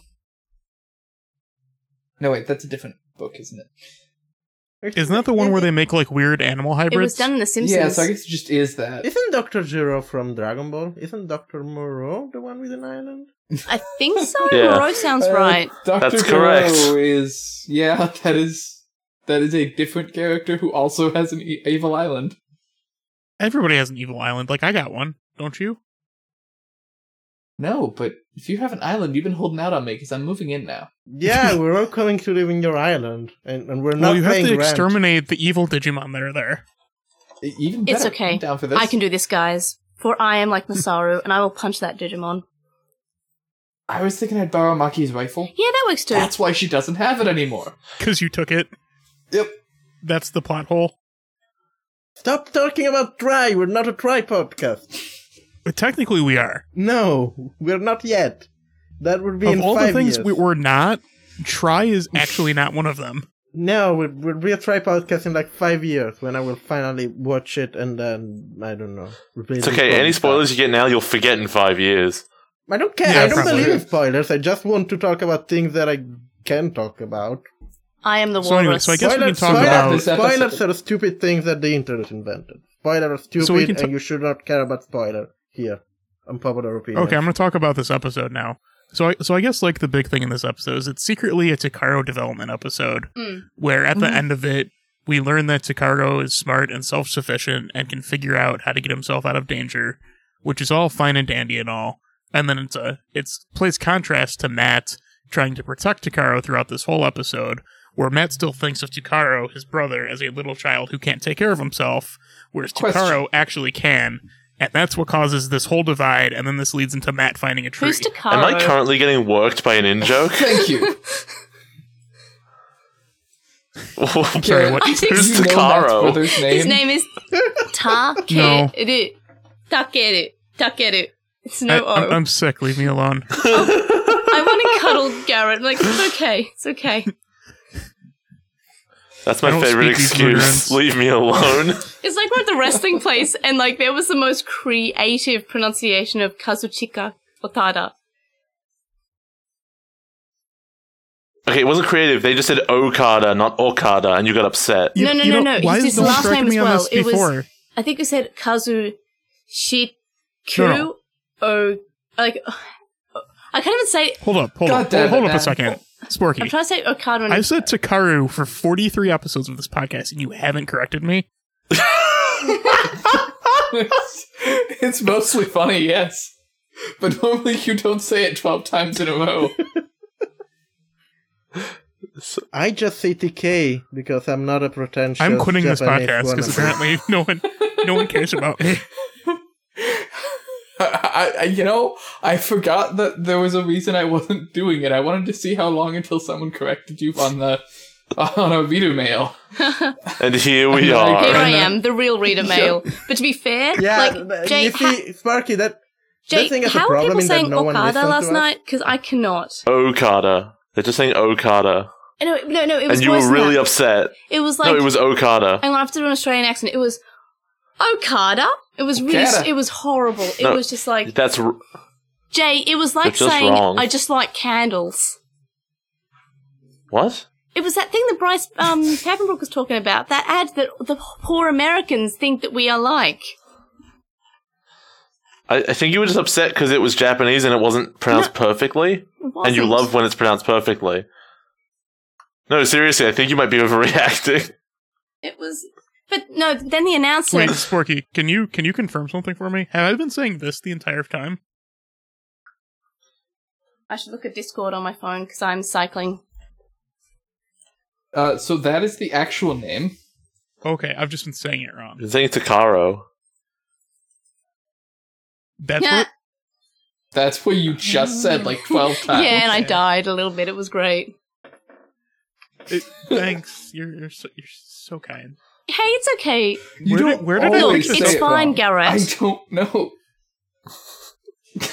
[SPEAKER 3] No, wait, that's a different book, isn't it?
[SPEAKER 4] Isn't that the one where they make like weird animal hybrids?
[SPEAKER 1] It was done in The Simpsons.
[SPEAKER 3] Yeah, so I guess it just is that.
[SPEAKER 5] Isn't Doctor Zero from Dragon Ball? Isn't Doctor Moreau the one with an island?
[SPEAKER 1] I
[SPEAKER 3] <laughs>
[SPEAKER 1] think so.
[SPEAKER 2] Yeah.
[SPEAKER 1] Moreau sounds
[SPEAKER 3] Uh,
[SPEAKER 1] right.
[SPEAKER 3] Dr.
[SPEAKER 2] That's correct.
[SPEAKER 3] Moreau is yeah, <laughs> that is that is a different character who also has an e- evil island.
[SPEAKER 4] Everybody has an evil island. Like I got one, don't you?
[SPEAKER 3] No, but if you have an island, you've been holding out on me because I'm moving in now.
[SPEAKER 5] Yeah, we're all coming to live in your island, and, and we're not
[SPEAKER 4] well, you have
[SPEAKER 5] paying
[SPEAKER 4] to
[SPEAKER 5] rent.
[SPEAKER 4] exterminate the evil Digimon that are there. <laughs>
[SPEAKER 3] E- Even better.
[SPEAKER 1] It's okay.
[SPEAKER 3] I'm down for this.
[SPEAKER 1] I can do this, guys. For I am like Masaru, and I will punch that Digimon.
[SPEAKER 3] I was thinking I'd borrow Maki's rifle.
[SPEAKER 1] Yeah, that works too.
[SPEAKER 3] That's why she doesn't have it anymore.
[SPEAKER 4] Because you took it.
[SPEAKER 3] Yep.
[SPEAKER 4] That's the plot hole.
[SPEAKER 5] Stop talking about try. We're not a try podcast.
[SPEAKER 4] But technically, we are.
[SPEAKER 5] No, we're not yet. That would be in
[SPEAKER 4] of all the
[SPEAKER 5] five
[SPEAKER 4] things
[SPEAKER 5] years.
[SPEAKER 4] we were not, Try is actually not one of them.
[SPEAKER 5] No, we'll, we'll be a try podcast in like five years when I will finally watch it and then I don't know. replace
[SPEAKER 2] It's
[SPEAKER 5] it
[SPEAKER 2] okay.
[SPEAKER 5] with
[SPEAKER 2] Any
[SPEAKER 5] stuff.
[SPEAKER 2] spoilers you get now, you'll forget in five years.
[SPEAKER 5] I don't care.
[SPEAKER 4] Yeah,
[SPEAKER 5] I don't
[SPEAKER 4] probably.
[SPEAKER 5] believe in spoilers. I just want to talk about things that I can talk about.
[SPEAKER 1] I am the
[SPEAKER 4] So anyway,
[SPEAKER 1] walrus.
[SPEAKER 4] so I guess we can
[SPEAKER 5] Spoilers,
[SPEAKER 4] talk
[SPEAKER 5] spoilers,
[SPEAKER 4] about.
[SPEAKER 3] This episode.
[SPEAKER 5] spoilers are stupid things that the internet invented. Spoilers are stupid,
[SPEAKER 4] we can ta-
[SPEAKER 5] and you should not care about spoiler here. Unpopular opinion.
[SPEAKER 4] Okay, I'm going to talk about this episode now. So I, so I guess like the big thing in this episode is it's secretly a Takaro development episode
[SPEAKER 1] Mm.
[SPEAKER 4] where at the end of it we learn that Takaro is smart and self-sufficient and can figure out how to get himself out of danger, which is all fine and dandy and all. And then it's a it's plays contrast to Matt trying to protect Takaro throughout this whole episode where Matt still thinks of Takaro, his brother, as a little child who can't take care of himself, whereas
[SPEAKER 3] Question.
[SPEAKER 4] Takaro actually can. And that's what causes this whole divide, and then this leads into Matt finding a tree.
[SPEAKER 1] Who's Takaro?
[SPEAKER 2] Am I currently getting worked by an in
[SPEAKER 1] <laughs>
[SPEAKER 2] joke?
[SPEAKER 3] Thank you.
[SPEAKER 1] <laughs>
[SPEAKER 4] Sorry, what?
[SPEAKER 1] I think
[SPEAKER 2] Who's
[SPEAKER 3] you know Matt's
[SPEAKER 2] Takaro?
[SPEAKER 3] brother's name.
[SPEAKER 1] His name <laughs> is
[SPEAKER 4] No.
[SPEAKER 1] Takeru. Takeru. Takeru. It's no O.
[SPEAKER 4] <laughs> I, am I'm sick. Leave me alone.
[SPEAKER 1] I want to cuddle Garrett. I'm like, it's okay. It's okay.
[SPEAKER 2] <laughs> That's
[SPEAKER 4] I
[SPEAKER 2] my
[SPEAKER 4] don't
[SPEAKER 2] favorite
[SPEAKER 4] speak these
[SPEAKER 2] excuse.
[SPEAKER 4] ignorance.
[SPEAKER 2] Leave me alone. <laughs>
[SPEAKER 1] It's like we're at the wrestling place, and like there was the most creative pronunciation of Kazuchika Otada.
[SPEAKER 2] okay, it wasn't creative. They just said Okada, not Okada, and you got upset.
[SPEAKER 1] No, no, no, no.
[SPEAKER 4] Why
[SPEAKER 1] It's
[SPEAKER 4] is
[SPEAKER 1] his
[SPEAKER 4] no one
[SPEAKER 1] last
[SPEAKER 4] correcting
[SPEAKER 1] name
[SPEAKER 4] me
[SPEAKER 1] as
[SPEAKER 4] on
[SPEAKER 1] well.
[SPEAKER 4] this
[SPEAKER 1] It was-
[SPEAKER 4] before?
[SPEAKER 1] I think we said Kazu Shiku
[SPEAKER 4] No, no.
[SPEAKER 1] O. Like, I can't even say.
[SPEAKER 4] Hold up, hold
[SPEAKER 3] God
[SPEAKER 4] up,
[SPEAKER 3] damn
[SPEAKER 4] hold,
[SPEAKER 3] it,
[SPEAKER 4] hold up
[SPEAKER 3] man.
[SPEAKER 4] a second,
[SPEAKER 1] I'm
[SPEAKER 4] Sporky.
[SPEAKER 1] trying to say Okada.
[SPEAKER 4] I've
[SPEAKER 1] And
[SPEAKER 4] said Takaru for 43 episodes of this podcast, and you haven't corrected me.
[SPEAKER 3] <laughs> it's mostly funny, yes. But normally you don't say it 12 times in a row.
[SPEAKER 5] I just say TK because I'm not a pretentious.
[SPEAKER 4] I'm quitting this
[SPEAKER 5] Japanese
[SPEAKER 4] podcast because
[SPEAKER 5] wannabe.
[SPEAKER 4] apparently no one, no one cares
[SPEAKER 1] <laughs>
[SPEAKER 4] about me.
[SPEAKER 3] <laughs> I, I, you know, I forgot that there was a reason I wasn't <laughs> doing it. I wanted to see how long until someone corrected you on the <laughs> on a reader mail.
[SPEAKER 2] And
[SPEAKER 1] <laughs>
[SPEAKER 2] here we
[SPEAKER 3] Here
[SPEAKER 2] are.
[SPEAKER 1] here I
[SPEAKER 3] Alright.
[SPEAKER 1] am, the real
[SPEAKER 5] <laughs>
[SPEAKER 1] reader male. But to be fair, <laughs>
[SPEAKER 5] Yeah,
[SPEAKER 1] like
[SPEAKER 5] but
[SPEAKER 1] Jay,
[SPEAKER 5] you
[SPEAKER 1] ha-
[SPEAKER 5] see, Sparky, that that
[SPEAKER 1] Jay,
[SPEAKER 5] thing is a
[SPEAKER 1] how are
[SPEAKER 5] problem
[SPEAKER 1] people
[SPEAKER 5] in that
[SPEAKER 1] saying
[SPEAKER 5] no one listens
[SPEAKER 1] Okada
[SPEAKER 5] to
[SPEAKER 1] last
[SPEAKER 5] us.
[SPEAKER 1] night? Because I cannot.
[SPEAKER 2] Okada. They're just saying Okada.
[SPEAKER 1] No, no, no. It was
[SPEAKER 2] And you
[SPEAKER 1] worse
[SPEAKER 2] were
[SPEAKER 1] than
[SPEAKER 2] really
[SPEAKER 1] that.
[SPEAKER 2] upset.
[SPEAKER 1] It was like
[SPEAKER 2] no, it was
[SPEAKER 1] I'm
[SPEAKER 2] Okada.
[SPEAKER 1] gonna have to do an Australian accent. It was Okada. It was really.
[SPEAKER 3] Okada.
[SPEAKER 1] It was horrible. It
[SPEAKER 2] No.
[SPEAKER 1] was just like
[SPEAKER 2] That's r-
[SPEAKER 1] Jay. It was like
[SPEAKER 2] It's just
[SPEAKER 1] saying
[SPEAKER 2] wrong.
[SPEAKER 1] I just like candles.
[SPEAKER 2] what?
[SPEAKER 1] It was that thing that Bryce
[SPEAKER 2] <laughs>
[SPEAKER 1] um, Papenbrook was talking about. That ad that the poor Americans think that we are like.
[SPEAKER 2] I, I think you were just upset because it was Japanese and it wasn't pronounced perfectly.
[SPEAKER 1] It
[SPEAKER 2] And you
[SPEAKER 1] wasn't.
[SPEAKER 2] love when it's pronounced perfectly. No, seriously, I think you might be <laughs> overreacting.
[SPEAKER 1] It was. But no. Then the announcer.
[SPEAKER 4] Wait, Sporky, can you can you confirm something for me? Have I been saying this the entire time?
[SPEAKER 1] I should look at Discord on my phone because I'm cycling.
[SPEAKER 3] Uh, so that is the actual name.
[SPEAKER 4] Okay, I've just been saying it wrong.
[SPEAKER 2] I'm saying Takaro.
[SPEAKER 4] That's
[SPEAKER 1] Yeah.
[SPEAKER 4] what.
[SPEAKER 3] That's what you just said like 12
[SPEAKER 5] Ah,
[SPEAKER 3] times.
[SPEAKER 1] <laughs> yeah, and I died a little bit. It was great.
[SPEAKER 4] It, thanks. You're you're so, you're so kind.
[SPEAKER 1] Hey, it's okay. <laughs>
[SPEAKER 3] You
[SPEAKER 4] Where
[SPEAKER 3] don't
[SPEAKER 4] did- where did I
[SPEAKER 1] Look,
[SPEAKER 3] always
[SPEAKER 4] think
[SPEAKER 3] say
[SPEAKER 1] it's
[SPEAKER 3] it
[SPEAKER 1] fine,
[SPEAKER 3] wrong.
[SPEAKER 1] Garrett.
[SPEAKER 3] I don't know. <laughs>
[SPEAKER 2] I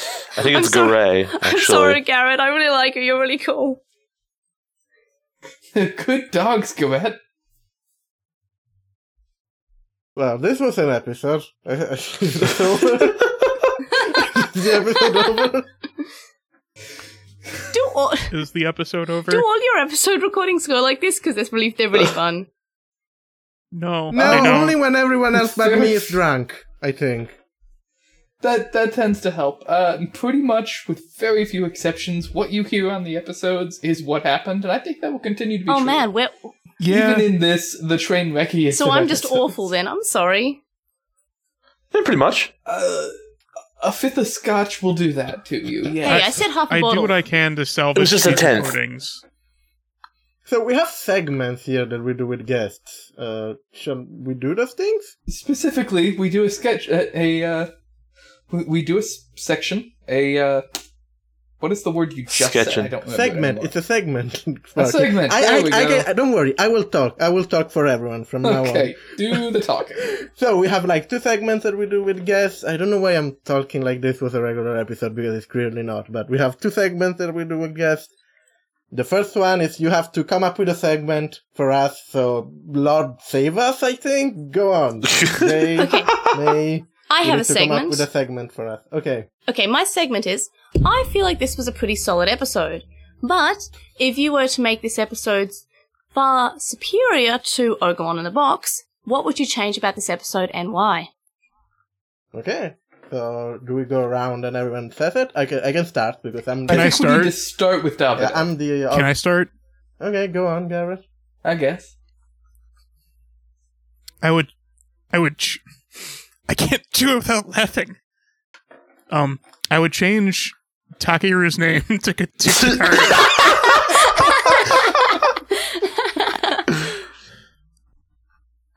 [SPEAKER 2] think
[SPEAKER 1] I'm
[SPEAKER 2] it's
[SPEAKER 1] sorry-
[SPEAKER 2] Garay,
[SPEAKER 1] <laughs> I'm
[SPEAKER 2] actually.
[SPEAKER 1] sorry, Garrett. I really like you. You're really cool.
[SPEAKER 3] Good dogs, Garrett.
[SPEAKER 5] Well, this was an episode. <laughs> Is
[SPEAKER 1] <laughs>
[SPEAKER 5] this over? Is the episode over?
[SPEAKER 1] Do all
[SPEAKER 4] Is the episode over?
[SPEAKER 1] do all your episode recordings go like this? Because that's really they're really fun.
[SPEAKER 4] No,
[SPEAKER 5] No,
[SPEAKER 4] they don't.
[SPEAKER 5] only when everyone else but me
[SPEAKER 1] <laughs>
[SPEAKER 5] is drunk, I think.
[SPEAKER 3] That that tends to help. Uh, and pretty much, with very few exceptions, what you hear on the episodes is what happened, and I think that will continue to be
[SPEAKER 1] Oh
[SPEAKER 3] true.
[SPEAKER 1] man, we're,
[SPEAKER 4] yeah.
[SPEAKER 3] Even in this, the train wrecky is.
[SPEAKER 1] so I'm just awful then. I'm sorry.
[SPEAKER 2] Yeah,
[SPEAKER 1] <laughs>
[SPEAKER 2] pretty much.
[SPEAKER 3] Uh, a fifth of scotch will do that to you. Yeah.
[SPEAKER 1] Hey, I, said half a
[SPEAKER 4] I do
[SPEAKER 1] bottle.
[SPEAKER 4] what I can to salvage
[SPEAKER 2] just a
[SPEAKER 4] these
[SPEAKER 2] tenth.
[SPEAKER 4] recordings.
[SPEAKER 5] So we have segments here that we do with guests. Uh, shall we do those things?
[SPEAKER 3] Specifically, we do a sketch, a, a uh, we, we do a s- section, a uh, what is the word you just
[SPEAKER 2] Sketchin'.
[SPEAKER 3] said? I don't remember
[SPEAKER 5] Segment.
[SPEAKER 3] anymore.
[SPEAKER 5] It's a segment. <laughs>
[SPEAKER 3] A segment,
[SPEAKER 5] I,
[SPEAKER 3] there
[SPEAKER 5] I,
[SPEAKER 3] we
[SPEAKER 5] I
[SPEAKER 3] go.
[SPEAKER 5] can- don't worry. I will talk. I will talk for everyone from now
[SPEAKER 3] <laughs>
[SPEAKER 5] on.
[SPEAKER 3] okay, do the
[SPEAKER 5] <laughs>
[SPEAKER 3] talking.
[SPEAKER 5] So we have like two segments that we do with guests. I don't know why I'm talking like this with a regular episode because it's clearly not. But we have two segments that we do with guests. The first one is you have to come up with a segment for us. So Lord save us, I think. Go
[SPEAKER 4] <laughs>
[SPEAKER 5] on. They,
[SPEAKER 1] Okay.
[SPEAKER 5] they,
[SPEAKER 1] <laughs> I
[SPEAKER 5] you
[SPEAKER 1] have a
[SPEAKER 5] need to Come up
[SPEAKER 1] segment.
[SPEAKER 5] with a segment for us. Okay.
[SPEAKER 1] Okay, my segment is I feel like this was a pretty solid episode, but if you were to make this episode far superior to Ogamon in the Box, what would you change about this episode and why? <sighs>
[SPEAKER 5] Okay. So do we go around and everyone says it? I can, I can start because I'm
[SPEAKER 4] Can
[SPEAKER 3] I
[SPEAKER 4] I
[SPEAKER 5] the,
[SPEAKER 3] think we
[SPEAKER 4] start?
[SPEAKER 3] need to start with David.
[SPEAKER 5] I'm the
[SPEAKER 4] Can I start?
[SPEAKER 5] okay. Go on, Gareth.
[SPEAKER 3] I guess.
[SPEAKER 4] I would, I would, ch- I can't do it without laughing. Um, I would change Takiru's name <laughs> to, Ka- to Kataru.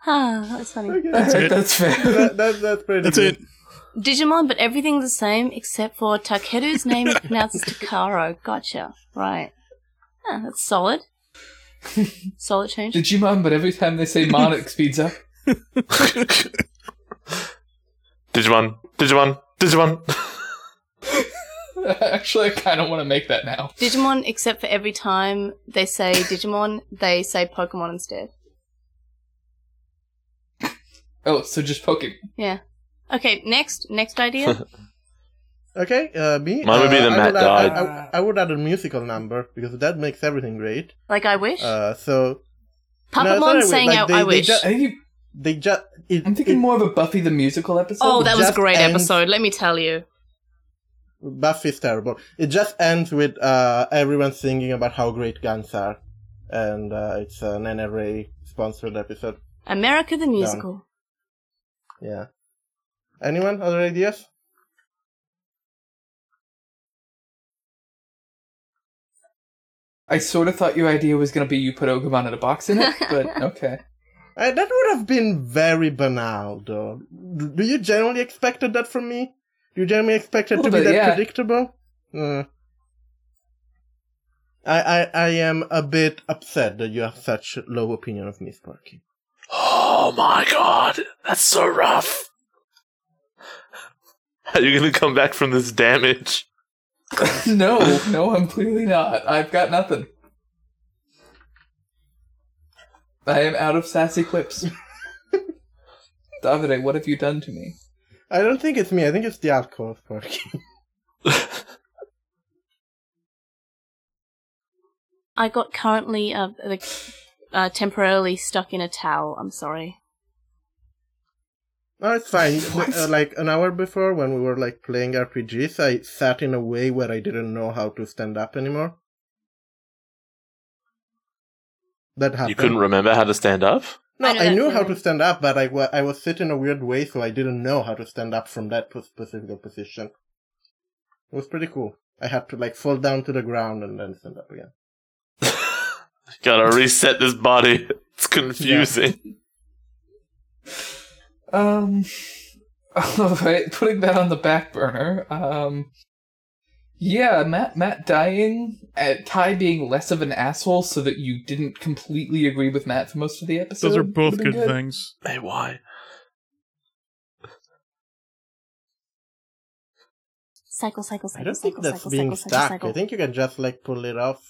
[SPEAKER 1] Ah, that's funny. <laughs>
[SPEAKER 5] Okay.
[SPEAKER 4] it.
[SPEAKER 3] That's fair. <laughs>
[SPEAKER 5] that, that, that's pretty.
[SPEAKER 4] That's
[SPEAKER 5] good.
[SPEAKER 4] it.
[SPEAKER 1] Digimon, but everything's the same except for Takeru's name is pronounced as Takaro. Gotcha. Right. Ah, that's
[SPEAKER 5] <laughs>
[SPEAKER 1] solid. solid change.
[SPEAKER 3] Digimon, but every time they say
[SPEAKER 5] <laughs>
[SPEAKER 3] mon, it speeds up. <laughs>
[SPEAKER 2] Digimon, Digimon, Digimon.
[SPEAKER 3] Actually, I kind of want to make that now.
[SPEAKER 1] Digimon, except for every time they say Digimon, they say Pokemon instead.
[SPEAKER 3] Oh, so just poking.
[SPEAKER 1] Yeah. Okay, next next
[SPEAKER 5] <laughs>
[SPEAKER 1] idea.
[SPEAKER 5] Okay, uh, me.
[SPEAKER 2] Mine would be
[SPEAKER 5] uh,
[SPEAKER 2] that
[SPEAKER 5] I
[SPEAKER 2] Matt
[SPEAKER 5] would add-
[SPEAKER 2] died.
[SPEAKER 5] I, I would add a musical number because that makes everything great.
[SPEAKER 1] like I wish.
[SPEAKER 5] Uh, so
[SPEAKER 1] Puppetmon
[SPEAKER 5] no, it's not
[SPEAKER 1] saying
[SPEAKER 5] like
[SPEAKER 1] out
[SPEAKER 5] they-
[SPEAKER 1] I
[SPEAKER 5] they
[SPEAKER 1] wish.
[SPEAKER 5] just-
[SPEAKER 3] I think you,
[SPEAKER 5] they just. It,
[SPEAKER 3] I'm thinking
[SPEAKER 5] it-
[SPEAKER 3] more of a Buffy the Musical episode.
[SPEAKER 1] oh, that was a
[SPEAKER 5] just
[SPEAKER 1] great
[SPEAKER 5] ends-
[SPEAKER 1] episode, let me tell you.
[SPEAKER 5] Buffy's terrible. It just ends with uh, everyone singing about how great guns are, and uh, it's an NRA sponsored episode.
[SPEAKER 1] America the Musical.
[SPEAKER 5] Yeah. Anyone other ideas?
[SPEAKER 3] I sort of thought your idea was going to be you put Ogamon in a
[SPEAKER 1] <laughs>
[SPEAKER 3] box in it, but okay.
[SPEAKER 5] Uh, that would have been very banal, though. D- Do you generally expected that from me? Do you generally expect it to
[SPEAKER 3] Little
[SPEAKER 5] be
[SPEAKER 3] bit,
[SPEAKER 5] that
[SPEAKER 3] yeah.
[SPEAKER 5] predictable? Uh, I, I I am a bit upset that you have such low opinion of me, Sparky.
[SPEAKER 2] Oh my god, that's so rough. How are you gonna come back from this damage?
[SPEAKER 3] <laughs> no, no, I'm clearly not. I've got nothing. I am out of
[SPEAKER 1] <laughs>
[SPEAKER 3] sassy clips. Davide, what have you done to me?
[SPEAKER 5] I don't think it's me. I think it's the alcohol, Sparky. <laughs>
[SPEAKER 1] I got currently uh, like, uh, temporarily stuck in a towel. I'm sorry.
[SPEAKER 5] No, it's fine. Uh, like an hour before, when we were like playing RPGs, I sat in a way where I didn't know how to stand up anymore. That happened.
[SPEAKER 2] You couldn't remember how to stand up?
[SPEAKER 5] No,
[SPEAKER 1] I know
[SPEAKER 5] I,
[SPEAKER 1] that
[SPEAKER 5] knew how
[SPEAKER 1] feeling.
[SPEAKER 5] to stand up, but I wa- I was sitting in a weird way, so I didn't know how to stand up from that pos- specific position. It was pretty cool. I had to like fall down to the ground and then stand up again.
[SPEAKER 2] Gotta reset this body. <laughs> It's confusing.
[SPEAKER 3] Um, <laughs> alright, putting that on the back burner. Um, yeah, Matt, Matt dying, uh, Ty being less of an asshole so that you didn't completely agree with Matt for most of the episode.
[SPEAKER 4] Those are both
[SPEAKER 3] would've been
[SPEAKER 4] good, things.
[SPEAKER 2] Hey, why?
[SPEAKER 1] Cycle, cycle,
[SPEAKER 5] I
[SPEAKER 1] cycle,
[SPEAKER 5] don't think
[SPEAKER 1] cycle,
[SPEAKER 5] that's
[SPEAKER 1] cycle, cycle,
[SPEAKER 5] being
[SPEAKER 1] cycle,
[SPEAKER 5] stuck. I
[SPEAKER 1] cycle.
[SPEAKER 5] think you can just like pull it off,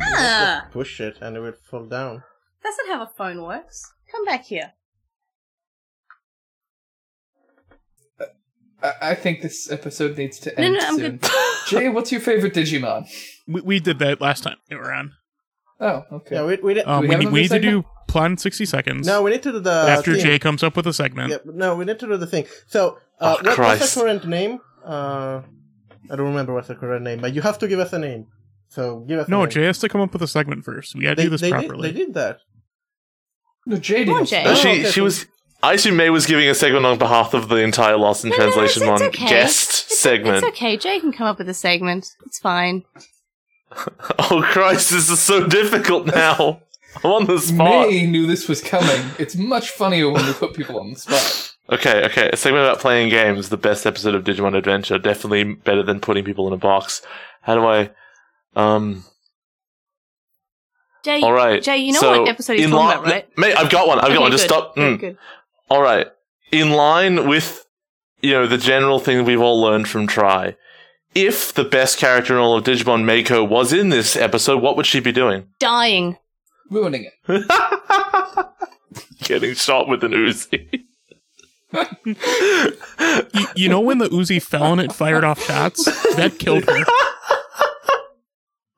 [SPEAKER 1] Ah,
[SPEAKER 5] push it, and it will fall down.
[SPEAKER 1] that's not how a phone works. Come back here.
[SPEAKER 3] I, I think this episode needs to
[SPEAKER 1] No,
[SPEAKER 3] end
[SPEAKER 1] no, I'm
[SPEAKER 3] soon. Jay, what's your favorite Digimon?
[SPEAKER 4] We, we did that last time we were on.
[SPEAKER 3] Oh, okay.
[SPEAKER 5] Yeah, we we did.
[SPEAKER 4] Um,
[SPEAKER 3] we
[SPEAKER 4] we
[SPEAKER 3] have
[SPEAKER 4] need, we need
[SPEAKER 3] another
[SPEAKER 4] to do plot in 60 seconds.
[SPEAKER 5] No, we need to do the
[SPEAKER 4] after
[SPEAKER 5] thing.
[SPEAKER 4] Jay comes up with a segment.
[SPEAKER 5] Yep, no, we need to do the thing. So,
[SPEAKER 2] Oh,
[SPEAKER 5] uh, what, what's
[SPEAKER 2] Christ.
[SPEAKER 5] the current name? Uh, I don't remember what's the current name, but you have to give us a name. So give us. a
[SPEAKER 4] No,
[SPEAKER 5] name.
[SPEAKER 4] Jay has to come up with a segment first. We gotta
[SPEAKER 5] They,
[SPEAKER 4] do this
[SPEAKER 5] they
[SPEAKER 4] properly.
[SPEAKER 5] Did, they did that.
[SPEAKER 3] No, Jay
[SPEAKER 1] Come on,
[SPEAKER 3] didn't.
[SPEAKER 1] Jay.
[SPEAKER 2] No, she
[SPEAKER 5] okay,
[SPEAKER 2] she
[SPEAKER 5] cool.
[SPEAKER 2] was. I assume May was giving a segment on behalf of the entire Lost in
[SPEAKER 1] No, no, no,
[SPEAKER 2] Translation
[SPEAKER 1] it's-
[SPEAKER 2] one
[SPEAKER 1] it's okay.
[SPEAKER 2] guest segment.
[SPEAKER 1] It's okay. Jay can come up with a segment. It's fine.
[SPEAKER 2] Oh Christ, this is so difficult now. <laughs> I'm on the spot.
[SPEAKER 3] May knew this was coming. It's much funnier when we put people on the spot.
[SPEAKER 2] Okay, okay. A segment about playing games, the best episode of Digimon Adventure. Definitely better than putting people in a box. How do I um
[SPEAKER 1] Jay,
[SPEAKER 2] all right.
[SPEAKER 1] Jay, you know
[SPEAKER 2] so
[SPEAKER 1] what episode he's
[SPEAKER 2] in
[SPEAKER 1] talking
[SPEAKER 2] li-
[SPEAKER 1] about, right?
[SPEAKER 2] Mate, I've got one. I've
[SPEAKER 1] Okay,
[SPEAKER 2] got one. Just
[SPEAKER 1] good.
[SPEAKER 2] stop.
[SPEAKER 1] Very
[SPEAKER 2] mm.
[SPEAKER 1] good.
[SPEAKER 2] All right. In line with you know the general thing we've all learned from Try, if the best character in all of Digimon Mako was in this episode, what would she be doing?
[SPEAKER 1] Dying.
[SPEAKER 3] Ruining it.
[SPEAKER 2] <laughs> Getting shot with an Uzi.
[SPEAKER 4] Y- you know when the Uzi fell and it fired off shots? That killed her.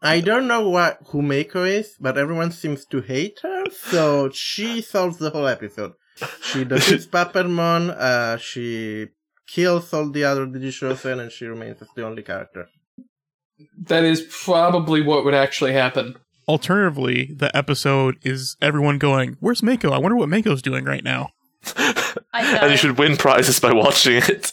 [SPEAKER 5] I don't know what who Mako is, but everyone seems to hate her, so
[SPEAKER 3] <laughs>
[SPEAKER 5] she solves the whole episode. She defeats Papermon, uh, she kills all the other Digishosen, and she remains as the only character.
[SPEAKER 3] That is probably what would actually happen.
[SPEAKER 4] Alternatively, the episode is everyone going, Where's Mako? I wonder what Mako's doing right now.
[SPEAKER 1] I
[SPEAKER 2] <laughs> and you should win prizes by watching it.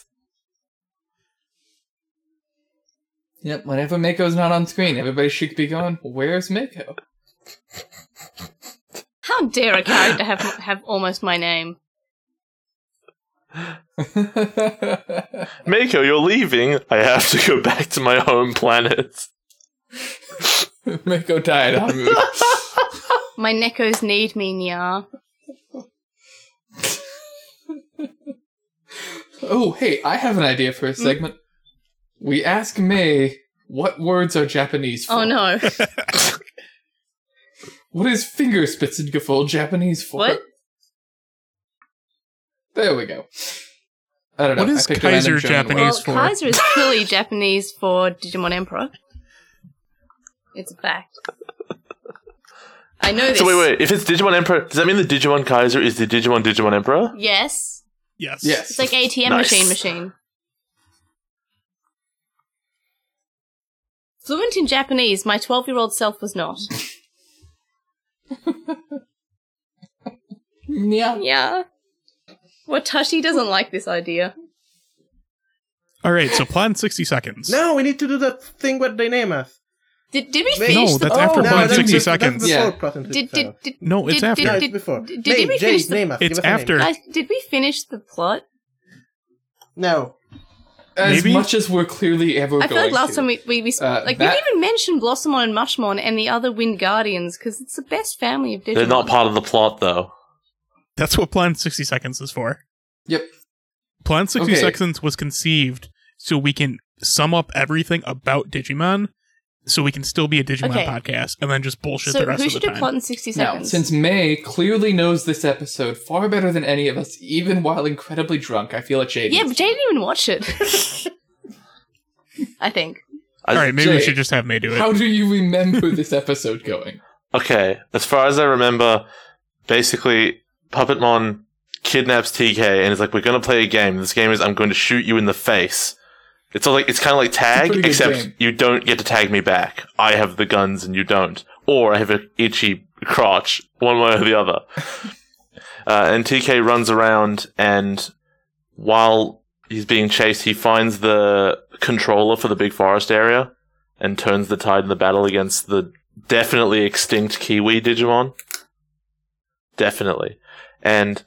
[SPEAKER 3] Yep, whenever Mako's not on screen, everybody should be going, Where's Mako? <laughs>
[SPEAKER 1] How dare a character have have almost my name?
[SPEAKER 2] Mako, you're leaving. I have to go back to my home planet.
[SPEAKER 3] Mako died on route.
[SPEAKER 1] My Nekos need me, Nya.
[SPEAKER 3] Oh, hey, I have an idea for a
[SPEAKER 1] Hmm?
[SPEAKER 3] segment. We ask May what words are Japanese for.
[SPEAKER 1] Oh <laughs> no.
[SPEAKER 3] What is finger Spitzengefühl Japanese for?
[SPEAKER 1] What?
[SPEAKER 3] There we go. I don't know.
[SPEAKER 4] What is
[SPEAKER 3] I picked a random
[SPEAKER 4] Kaiser
[SPEAKER 3] German word.
[SPEAKER 4] Japanese?
[SPEAKER 1] well,
[SPEAKER 4] Japanese for-
[SPEAKER 1] Kaiser is clearly Japanese for Digimon Emperor. It's a fact. I know this.
[SPEAKER 2] So wait, wait. If it's Digimon Emperor, does that mean the Digimon Kaiser is the Digimon Digimon Emperor?
[SPEAKER 1] Yes.
[SPEAKER 4] Yes.
[SPEAKER 3] Yes.
[SPEAKER 1] It's like ATM
[SPEAKER 2] Nice.
[SPEAKER 1] machine machine. Fluent in Japanese, my 12 year old self was not.
[SPEAKER 3] Yeah.
[SPEAKER 1] yeah. Watashi doesn't like this idea.
[SPEAKER 4] All right, so plot in 60 seconds.
[SPEAKER 5] No, we need to do that thing what they name us.
[SPEAKER 1] Did, did we
[SPEAKER 5] May-
[SPEAKER 1] finish
[SPEAKER 4] No,
[SPEAKER 1] the
[SPEAKER 4] that's
[SPEAKER 3] Oh,
[SPEAKER 4] after
[SPEAKER 3] no,
[SPEAKER 4] plot in
[SPEAKER 5] that's
[SPEAKER 4] 60
[SPEAKER 5] before-
[SPEAKER 4] seconds.
[SPEAKER 5] That's
[SPEAKER 3] Yeah.
[SPEAKER 5] before Cross and
[SPEAKER 1] Did, did,
[SPEAKER 5] Seven.
[SPEAKER 1] did,
[SPEAKER 4] No, it's
[SPEAKER 1] did-
[SPEAKER 4] after.
[SPEAKER 5] No,
[SPEAKER 1] did-
[SPEAKER 5] it's
[SPEAKER 1] did-
[SPEAKER 5] before.
[SPEAKER 1] did-
[SPEAKER 5] May,
[SPEAKER 1] did we
[SPEAKER 5] Jay,
[SPEAKER 1] finish the-
[SPEAKER 5] name us.
[SPEAKER 4] It's
[SPEAKER 5] give us a name.
[SPEAKER 4] after.
[SPEAKER 1] Guys, did we finish the plot?
[SPEAKER 5] No,
[SPEAKER 3] As
[SPEAKER 4] Maybe-
[SPEAKER 3] much as we're clearly ever
[SPEAKER 1] I
[SPEAKER 3] going
[SPEAKER 1] feel like last
[SPEAKER 3] to.
[SPEAKER 1] time we, we, we sp-
[SPEAKER 3] Uh,
[SPEAKER 1] like we
[SPEAKER 3] that-
[SPEAKER 1] didn't even mention Blossomon and Mushmon and the other Wind Guardians because it's the best family of Digimon.
[SPEAKER 2] They're not part of the plot, though.
[SPEAKER 4] That's what plot in 60 seconds is for.
[SPEAKER 3] Yep.
[SPEAKER 4] Plan 60
[SPEAKER 3] Okay.
[SPEAKER 4] Seconds was conceived so we can sum up everything about Digimon so we can still be a Digimon
[SPEAKER 1] Okay.
[SPEAKER 4] podcast and then just bullshit
[SPEAKER 1] So
[SPEAKER 4] the rest
[SPEAKER 1] who
[SPEAKER 4] of the
[SPEAKER 1] should do
[SPEAKER 4] time.
[SPEAKER 1] plot in sixty
[SPEAKER 3] Now,
[SPEAKER 1] seconds?
[SPEAKER 3] since May clearly knows this episode far better than any of us, even while incredibly drunk, I feel like Jay.
[SPEAKER 1] yeah,
[SPEAKER 3] needs-
[SPEAKER 1] but Jay didn't even watch it.
[SPEAKER 4] <laughs>
[SPEAKER 1] I think.
[SPEAKER 2] I-
[SPEAKER 4] All right, maybe we
[SPEAKER 3] Jay,
[SPEAKER 4] should just have May do it.
[SPEAKER 3] How do you remember this episode
[SPEAKER 4] <laughs>
[SPEAKER 3] going?
[SPEAKER 2] Okay, as far as I remember, basically Puppetmon kidnaps TK and is like, "We're gonna play a game. This game is I'm going to shoot you in the face." It's all like it's kind of like tag,
[SPEAKER 3] pretty good
[SPEAKER 2] except
[SPEAKER 3] game.
[SPEAKER 2] you don't get to tag me back. I have the guns and you don't, or I have an itchy crotch, one way or the
[SPEAKER 3] <laughs>
[SPEAKER 2] other. uh, and TK runs around, and while he's being chased, he finds the controller for the big forest area and turns the tide in the battle against the definitely extinct Kiwi Digimon. Definitely. And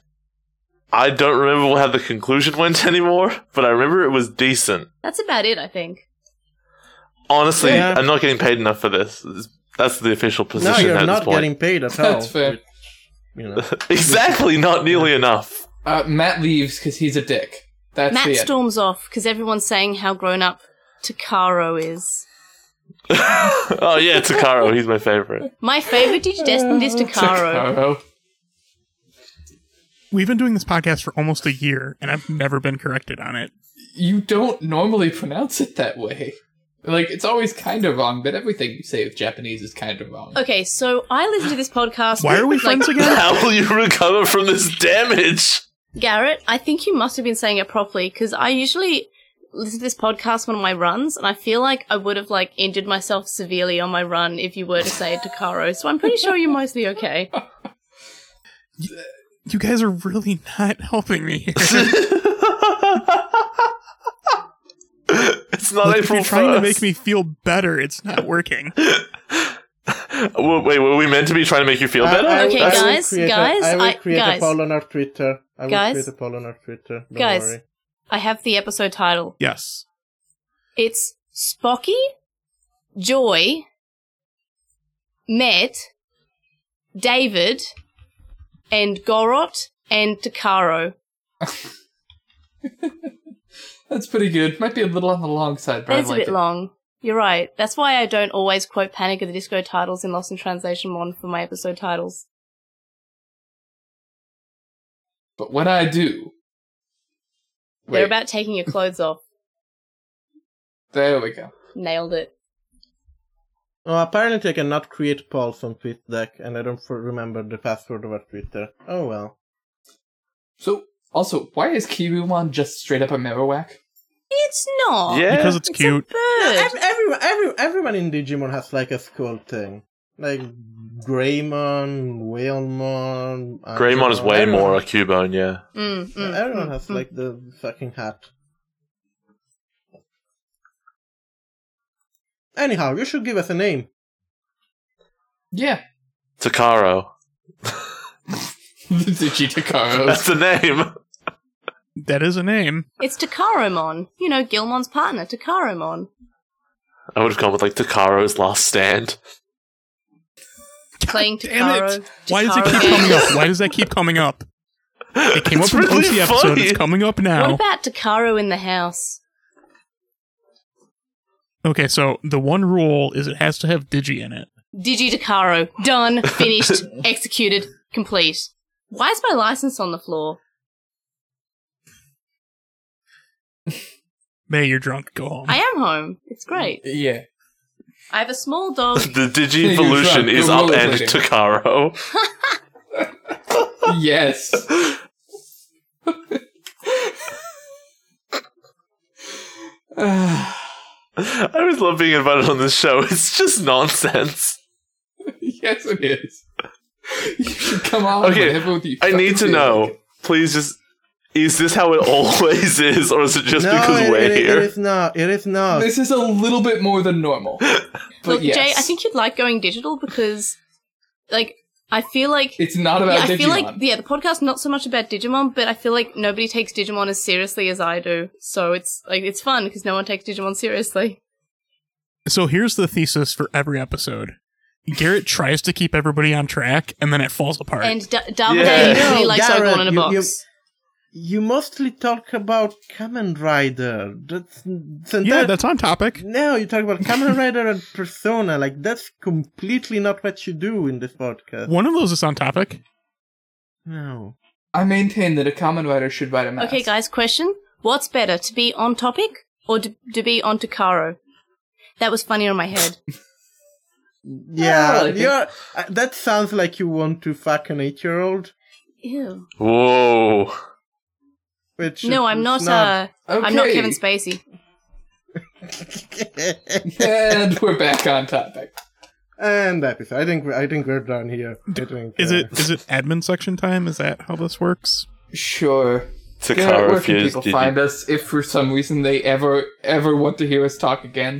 [SPEAKER 2] I don't remember how the conclusion <laughs> went anymore, but I remember it was decent.
[SPEAKER 1] That's about it, I think.
[SPEAKER 2] Honestly,
[SPEAKER 5] Yeah.
[SPEAKER 2] I'm not getting paid enough for this. That's the official position
[SPEAKER 5] no,
[SPEAKER 2] at
[SPEAKER 5] you're not
[SPEAKER 2] this point.
[SPEAKER 5] getting paid at all.
[SPEAKER 3] That's fair.
[SPEAKER 5] You know.
[SPEAKER 2] <laughs> exactly, not nearly enough. <laughs>
[SPEAKER 3] Uh, Matt leaves because he's a dick. That's
[SPEAKER 1] Matt
[SPEAKER 3] the <laughs> end.
[SPEAKER 1] storms off because everyone's saying how grown up Takaro is.
[SPEAKER 2] oh yeah, Takaro, he's
[SPEAKER 1] <laughs>
[SPEAKER 2] my favorite.
[SPEAKER 1] My favorite
[SPEAKER 4] <laughs>
[SPEAKER 1] Digidestined is Takaro.
[SPEAKER 3] Takaro.
[SPEAKER 4] We've been doing this podcast for almost a year and I've never been corrected on it.
[SPEAKER 3] You don't normally pronounce it that way. Like it's always kind of wrong, but everything you say with Japanese is kind of wrong.
[SPEAKER 1] Okay, so I listen to this podcast.
[SPEAKER 4] Why are we
[SPEAKER 1] like,
[SPEAKER 4] friends
[SPEAKER 2] <laughs>
[SPEAKER 4] again?
[SPEAKER 2] How will you recover from this damage?
[SPEAKER 1] Garrett, I think you must have been saying it properly because I usually listen to this podcast on my runs, and I feel like I would have like injured myself severely on my run if you were to say it to Caro. So I'm pretty sure you're mostly okay.
[SPEAKER 4] <laughs> You guys are really not helping
[SPEAKER 2] <laughs>
[SPEAKER 4] me here.
[SPEAKER 2] it's not
[SPEAKER 4] Like, if
[SPEAKER 2] April
[SPEAKER 4] you're trying
[SPEAKER 2] 1st.
[SPEAKER 4] to make me feel better. It's not
[SPEAKER 2] <laughs>
[SPEAKER 4] working.
[SPEAKER 2] Well, Wait, were we meant to be trying to make you feel better?
[SPEAKER 5] Uh, I- I
[SPEAKER 1] Okay,
[SPEAKER 5] will
[SPEAKER 1] guys,
[SPEAKER 5] create a-
[SPEAKER 1] guys,
[SPEAKER 5] I will
[SPEAKER 1] I-
[SPEAKER 5] create
[SPEAKER 1] guys.
[SPEAKER 5] a poll on our Twitter. I will
[SPEAKER 1] Guys.
[SPEAKER 5] create a poll on our Twitter. Don't
[SPEAKER 1] Guys.
[SPEAKER 5] worry.
[SPEAKER 1] I have the episode title.
[SPEAKER 4] Yes.
[SPEAKER 1] It's Spocky, Joy, Matt, David, and Gorot and Takaro.
[SPEAKER 3] That's pretty good. Might be a little on the long side, but
[SPEAKER 1] That's
[SPEAKER 3] I like
[SPEAKER 1] a bit
[SPEAKER 3] it.
[SPEAKER 1] long. You're right. That's why I don't always quote Panic at the Disco titles in Lost in Translation 1 for my episode titles.
[SPEAKER 3] But when I do,
[SPEAKER 1] They're
[SPEAKER 3] Wait.
[SPEAKER 1] about taking your clothes off.
[SPEAKER 3] there we go.
[SPEAKER 1] Nailed it.
[SPEAKER 5] Oh, apparently I cannot create polls on TweetDeck, and I don't for- remember the password of our Twitter. Oh well.
[SPEAKER 3] So also, why is Kiruman just straight up a Marowak?
[SPEAKER 1] It's not.
[SPEAKER 2] Yeah.
[SPEAKER 4] Because it's cute.
[SPEAKER 1] Bird.
[SPEAKER 5] Ev- everyone, every- everyone in Digimon has like a school thing, like Greymon, Whalemon.
[SPEAKER 2] Greymon is
[SPEAKER 5] Angemon,
[SPEAKER 2] way
[SPEAKER 5] everyone-
[SPEAKER 2] more a Cubone, yeah.
[SPEAKER 1] Mm, mm,
[SPEAKER 5] Everyone
[SPEAKER 1] mm,
[SPEAKER 5] has
[SPEAKER 1] mm.
[SPEAKER 5] like the fucking hat. Anyhow, you should give us a name.
[SPEAKER 3] <laughs> Yeah,
[SPEAKER 2] Takaro.
[SPEAKER 3] the Digitakaros.
[SPEAKER 2] That's the name.
[SPEAKER 4] That is a name.
[SPEAKER 1] It's Takaromon. You know, Gilmon's partner, Takaromon.
[SPEAKER 2] I would have gone with like Takaro's last
[SPEAKER 3] <laughs>
[SPEAKER 2] stand.
[SPEAKER 1] Playing
[SPEAKER 4] Damn
[SPEAKER 1] Takaro.
[SPEAKER 4] it. Why does it
[SPEAKER 1] Takaro
[SPEAKER 4] keep
[SPEAKER 1] games.
[SPEAKER 4] coming up? Why does that keep coming
[SPEAKER 2] <laughs>
[SPEAKER 4] up? It came
[SPEAKER 2] It's
[SPEAKER 4] up in the
[SPEAKER 2] really
[SPEAKER 4] OC episode.
[SPEAKER 2] funny.
[SPEAKER 4] It's coming up
[SPEAKER 1] What
[SPEAKER 4] now.
[SPEAKER 1] about Takaro in the house?
[SPEAKER 4] Okay, so the one rule is it has to have Digi in it.
[SPEAKER 1] Digi Takaro. Done,
[SPEAKER 3] <laughs>
[SPEAKER 1] finished, executed, complete. Why is my license on the floor?
[SPEAKER 4] May, you're drunk. Go home.
[SPEAKER 1] I am home. It's great.
[SPEAKER 3] yeah,
[SPEAKER 1] I have a small dog.
[SPEAKER 2] The
[SPEAKER 3] You're drunk.
[SPEAKER 2] Digivolution is
[SPEAKER 3] You're
[SPEAKER 2] up and
[SPEAKER 3] rollerblading.
[SPEAKER 2] Takaro.
[SPEAKER 3] yes.
[SPEAKER 2] I always love being invited on this show. <laughs> It's just nonsense.
[SPEAKER 3] <sighs> yes, it is. You should come on.
[SPEAKER 2] Okay,
[SPEAKER 3] whenever you
[SPEAKER 2] I need to
[SPEAKER 3] fucking feel
[SPEAKER 2] know. Please just. Is this how it <laughs> always is, or is it just
[SPEAKER 5] no,
[SPEAKER 2] because
[SPEAKER 5] it-
[SPEAKER 2] we're
[SPEAKER 5] it-
[SPEAKER 2] here?
[SPEAKER 5] it is not. It is not.
[SPEAKER 3] This is a little bit more than <laughs> normal. <laughs> But
[SPEAKER 1] Look,
[SPEAKER 3] yes,
[SPEAKER 1] Jay, I think you'd like going digital because, like, I feel like.
[SPEAKER 3] it's not
[SPEAKER 1] yeah,
[SPEAKER 3] about
[SPEAKER 1] I
[SPEAKER 3] Digimon.
[SPEAKER 1] feel like yeah, the podcast not so much about Digimon, but I feel like nobody takes Digimon as seriously as I do. So it's like it's fun because no one takes Digimon seriously.
[SPEAKER 4] So here's the thesis for every episode. Garrett tries to keep everybody on track, and then it falls apart.
[SPEAKER 1] And da- Davide
[SPEAKER 2] Yeah.
[SPEAKER 1] really
[SPEAKER 5] No,
[SPEAKER 1] likes
[SPEAKER 5] Garrett,
[SPEAKER 1] Ogon in a
[SPEAKER 5] you-
[SPEAKER 1] box.
[SPEAKER 5] you- You mostly talk about Kamen Rider. That's, that's
[SPEAKER 4] yeah, that's on topic.
[SPEAKER 5] no. You talk about Kamen Rider and Persona. Like that's completely not what you do in this podcast.
[SPEAKER 4] One of those is on topic.
[SPEAKER 5] No.
[SPEAKER 3] I maintain that a common writer should write a mask.
[SPEAKER 1] Okay, guys, question. What's better, to be on topic or to, to be on Takaro? That was funny on my
[SPEAKER 3] <laughs>
[SPEAKER 1] head.
[SPEAKER 5] Yeah,
[SPEAKER 3] I like it.
[SPEAKER 5] you're. Uh, that sounds like you want to fuck an eight-year-old.
[SPEAKER 1] Ew.
[SPEAKER 2] Whoa.
[SPEAKER 5] Which
[SPEAKER 1] No, I'm
[SPEAKER 5] is
[SPEAKER 1] not, uh, I'm not
[SPEAKER 3] Okay.
[SPEAKER 1] Kevin Spacey.
[SPEAKER 3] <laughs>
[SPEAKER 1] uh,
[SPEAKER 3] And we're back on topic.
[SPEAKER 5] <laughs> and episode. I think we- I think we're done here. I think,
[SPEAKER 4] Is
[SPEAKER 5] uh,
[SPEAKER 4] it is it admin section time? Is that how this works?
[SPEAKER 3] Sure. Garrett,
[SPEAKER 2] Takaro
[SPEAKER 3] where can
[SPEAKER 2] refused
[SPEAKER 3] people find us if for some reason they ever, ever want to hear us talk again?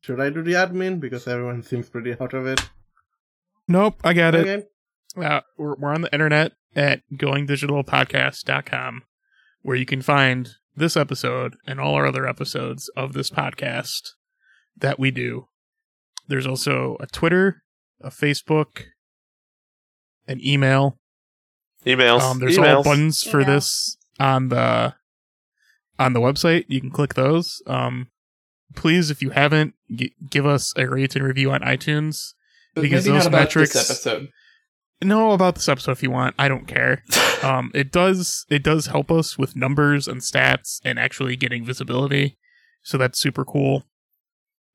[SPEAKER 5] Should I do the admin because everyone seems pretty out of it?
[SPEAKER 4] Nope, I got it.
[SPEAKER 5] Okay.
[SPEAKER 4] Uh, we're, we're on the internet at goingdigitalpodcast.com, where you can find this episode and all our other episodes of this podcast that we do. There's also a Twitter, a Facebook, an email.
[SPEAKER 2] Emails.
[SPEAKER 4] Um, there's
[SPEAKER 2] Emails.
[SPEAKER 4] all buttons for
[SPEAKER 1] Emails.
[SPEAKER 4] this on the on the website. You can click those. Um, please, if you haven't, g- give us a rate and review on iTunes.
[SPEAKER 3] But
[SPEAKER 4] Because
[SPEAKER 3] maybe
[SPEAKER 4] those
[SPEAKER 3] not about
[SPEAKER 4] metrics-
[SPEAKER 3] this episode.
[SPEAKER 4] know about this episode if you want. I don't
[SPEAKER 3] <laughs>
[SPEAKER 4] care. Um, it does it does help us with numbers and stats and actually getting visibility, so that's super cool.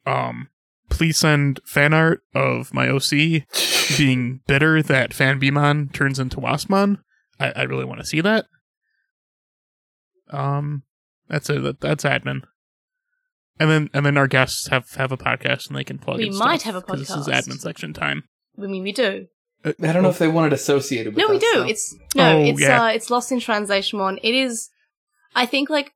[SPEAKER 4] Um, please send fan art of my
[SPEAKER 3] <laughs>
[SPEAKER 4] OC being bitter that Fanbimon turns into Waspmon. I, I really want to see that. Um, that's it. That, that's admin. And then and then our guests have have a podcast and they can plug.
[SPEAKER 1] We
[SPEAKER 4] in
[SPEAKER 1] might
[SPEAKER 4] stuff,
[SPEAKER 1] have a
[SPEAKER 4] 'cause This is
[SPEAKER 1] podcast.
[SPEAKER 4] admin section time. Uh,
[SPEAKER 1] I mean, we do.
[SPEAKER 3] I don't know if they want it associated with
[SPEAKER 1] No, we
[SPEAKER 3] us,
[SPEAKER 1] do.
[SPEAKER 3] though.
[SPEAKER 1] It's no,
[SPEAKER 4] Oh,
[SPEAKER 1] it's
[SPEAKER 4] yeah.
[SPEAKER 1] uh, it's lost in translation. One, it is. I think like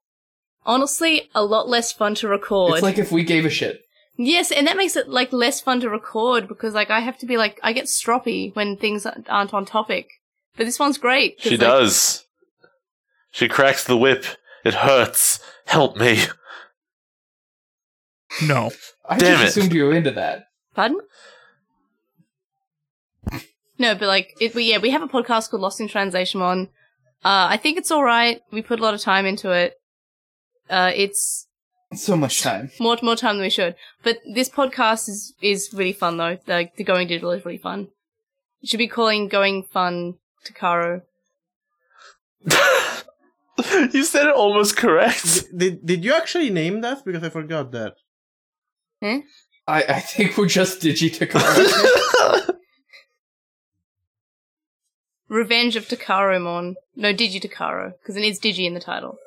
[SPEAKER 1] honestly, a lot less fun to record.
[SPEAKER 3] It's like if we gave a shit.
[SPEAKER 1] yes, and that makes it like less fun to record because like I have to be like I get stroppy when things aren't on topic. But this one's great. 'cause,
[SPEAKER 2] She
[SPEAKER 1] like,
[SPEAKER 2] does. She cracks the whip. It hurts. Help me. <laughs>
[SPEAKER 4] No.
[SPEAKER 3] I
[SPEAKER 2] Damn
[SPEAKER 3] just
[SPEAKER 2] it.
[SPEAKER 3] assumed you were into that.
[SPEAKER 1] Pardon? No, but like, it, we, yeah, we have a podcast called Lost in Translation on. Uh, I think it's all right. We put a lot of time into it. Uh, it's
[SPEAKER 3] So much time.
[SPEAKER 1] more more time than we should. But this podcast is is really fun though. Like the going digital is really fun. You should be calling going fun to Caro.
[SPEAKER 2] you said it almost correct.
[SPEAKER 3] <laughs>
[SPEAKER 5] Did, did, did you actually name that? Because I forgot that.
[SPEAKER 1] Eh?
[SPEAKER 3] I, I think we're just Digitakaras.
[SPEAKER 1] Revenge of Takaro Mon. No, Digi Takaro, because it needs Digi in the title.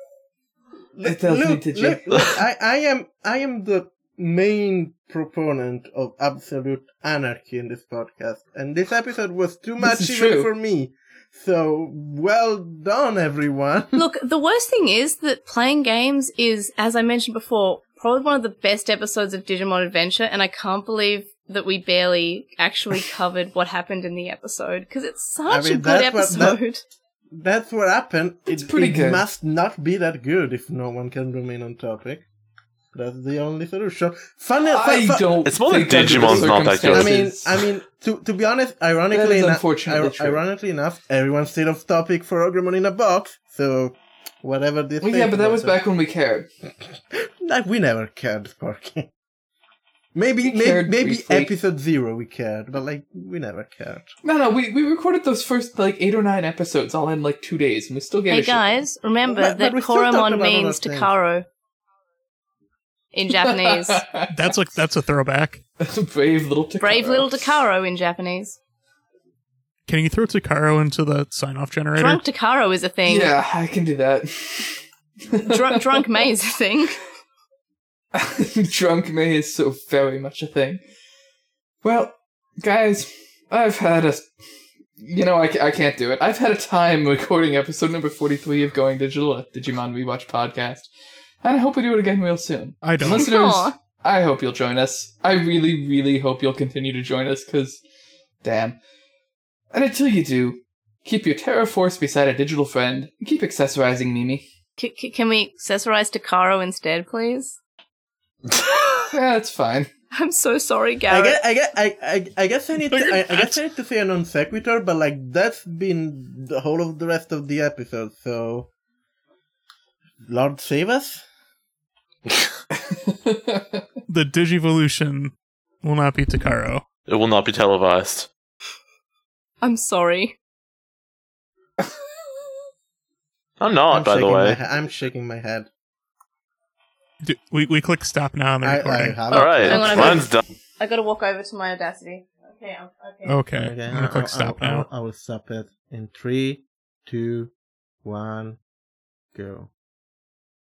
[SPEAKER 3] it does
[SPEAKER 5] look,
[SPEAKER 3] need to
[SPEAKER 5] look,
[SPEAKER 3] G.
[SPEAKER 5] look, I, I am I am the main proponent of absolute anarchy in this podcast, and this episode was too much
[SPEAKER 3] is
[SPEAKER 5] even
[SPEAKER 3] true.
[SPEAKER 5] for me. So well
[SPEAKER 3] <laughs>
[SPEAKER 5] done, everyone.
[SPEAKER 1] Look, the worst thing is that playing games is, as I mentioned before, probably one of the best episodes of Digimon Adventure, and I can't believe that we barely actually <laughs> covered what happened in the episode because it's such
[SPEAKER 5] mean,
[SPEAKER 1] a good
[SPEAKER 5] that's what- that-
[SPEAKER 1] episode.
[SPEAKER 5] <laughs> That's what happened.
[SPEAKER 3] It's
[SPEAKER 5] it,
[SPEAKER 3] pretty
[SPEAKER 5] it
[SPEAKER 3] good.
[SPEAKER 5] must not be that good if no one can remain on topic. That's the only solution. Funny,
[SPEAKER 3] I
[SPEAKER 5] fu- fu-
[SPEAKER 3] don't.
[SPEAKER 2] It's more than
[SPEAKER 3] think under the
[SPEAKER 2] Digimon's not that good.
[SPEAKER 5] I mean,
[SPEAKER 3] circumstances-
[SPEAKER 5] I mean, to to be honest, ironically,
[SPEAKER 3] That is
[SPEAKER 5] ena-
[SPEAKER 3] unfortunately
[SPEAKER 5] ir-
[SPEAKER 3] true.
[SPEAKER 5] ironically enough, everyone stayed off topic for Ogremon in a box. So, whatever this.
[SPEAKER 3] Well, yeah, but that was back when we cared.
[SPEAKER 5] Like, we never cared, <laughs> Sparky. Maybe,
[SPEAKER 3] We
[SPEAKER 5] maybe,
[SPEAKER 3] cared
[SPEAKER 5] maybe
[SPEAKER 3] briefly.
[SPEAKER 5] episode zero we cared, but like we never cared.
[SPEAKER 3] No, no, we, we recorded those first like eight or nine episodes all in like two days, and we still gave
[SPEAKER 1] Hey
[SPEAKER 3] a shit.
[SPEAKER 1] guys, remember
[SPEAKER 5] But- but
[SPEAKER 1] that
[SPEAKER 5] we still talked about
[SPEAKER 1] Koromon
[SPEAKER 5] all
[SPEAKER 1] means
[SPEAKER 5] those things.
[SPEAKER 1] Takaro
[SPEAKER 3] <laughs>
[SPEAKER 1] in Japanese.
[SPEAKER 4] That's like that's a throwback.
[SPEAKER 3] Brave little Takaro.
[SPEAKER 1] Brave little Takaro in Japanese.
[SPEAKER 4] Can you throw Takaro into the sign off generator?
[SPEAKER 1] Drunk Takaro is a thing.
[SPEAKER 3] Yeah, I can do that.
[SPEAKER 1] <laughs>
[SPEAKER 3] <laughs>
[SPEAKER 1] Drunk, drunk May is a thing.
[SPEAKER 3] Drunk May is so very much a thing. Well, guys, I've had a. You know, I, ca- I can't do it. I've had a time recording episode number 43 of Going Digital, a Digimon Rewatch podcast. And I hope we do it again real soon.
[SPEAKER 4] I don't.
[SPEAKER 3] Listeners,
[SPEAKER 1] Aw.
[SPEAKER 3] I hope you'll join us. I really, really hope you'll continue to join us, because. Damn. And until you do, keep your Terra Force beside a digital friend, and keep accessorizing Mimi.
[SPEAKER 1] C- c- can we accessorize Takaro instead, please? <laughs>
[SPEAKER 3] Yeah, that's fine.
[SPEAKER 1] I'm so sorry,
[SPEAKER 5] I
[SPEAKER 1] Garrett.
[SPEAKER 5] guess, I guess, I, I, I guess I need, to, I, I guess I need to say a non sequitur, but like that's been the whole of the rest of the episode. So, Lord save us.
[SPEAKER 4] the Digivolution will not be Takaro.
[SPEAKER 2] It will not be televised.
[SPEAKER 1] I'm sorry.
[SPEAKER 2] I'm not, Oh, by the
[SPEAKER 5] I'm shaking my
[SPEAKER 2] way.
[SPEAKER 5] he- I'm shaking my head.
[SPEAKER 4] Do, we we click stop now on the
[SPEAKER 5] I, I
[SPEAKER 4] recording.
[SPEAKER 5] have
[SPEAKER 2] All
[SPEAKER 1] Hang on,
[SPEAKER 2] right,
[SPEAKER 1] I'm
[SPEAKER 2] mine's done.
[SPEAKER 1] I gotta walk over to my Audacity. Okay, I'm, okay.
[SPEAKER 4] okay,
[SPEAKER 5] Okay,
[SPEAKER 4] I'm gonna
[SPEAKER 5] I'll-
[SPEAKER 4] click stop
[SPEAKER 5] I'll-
[SPEAKER 4] now.
[SPEAKER 5] I'll- I will stop it in three, two, one, go.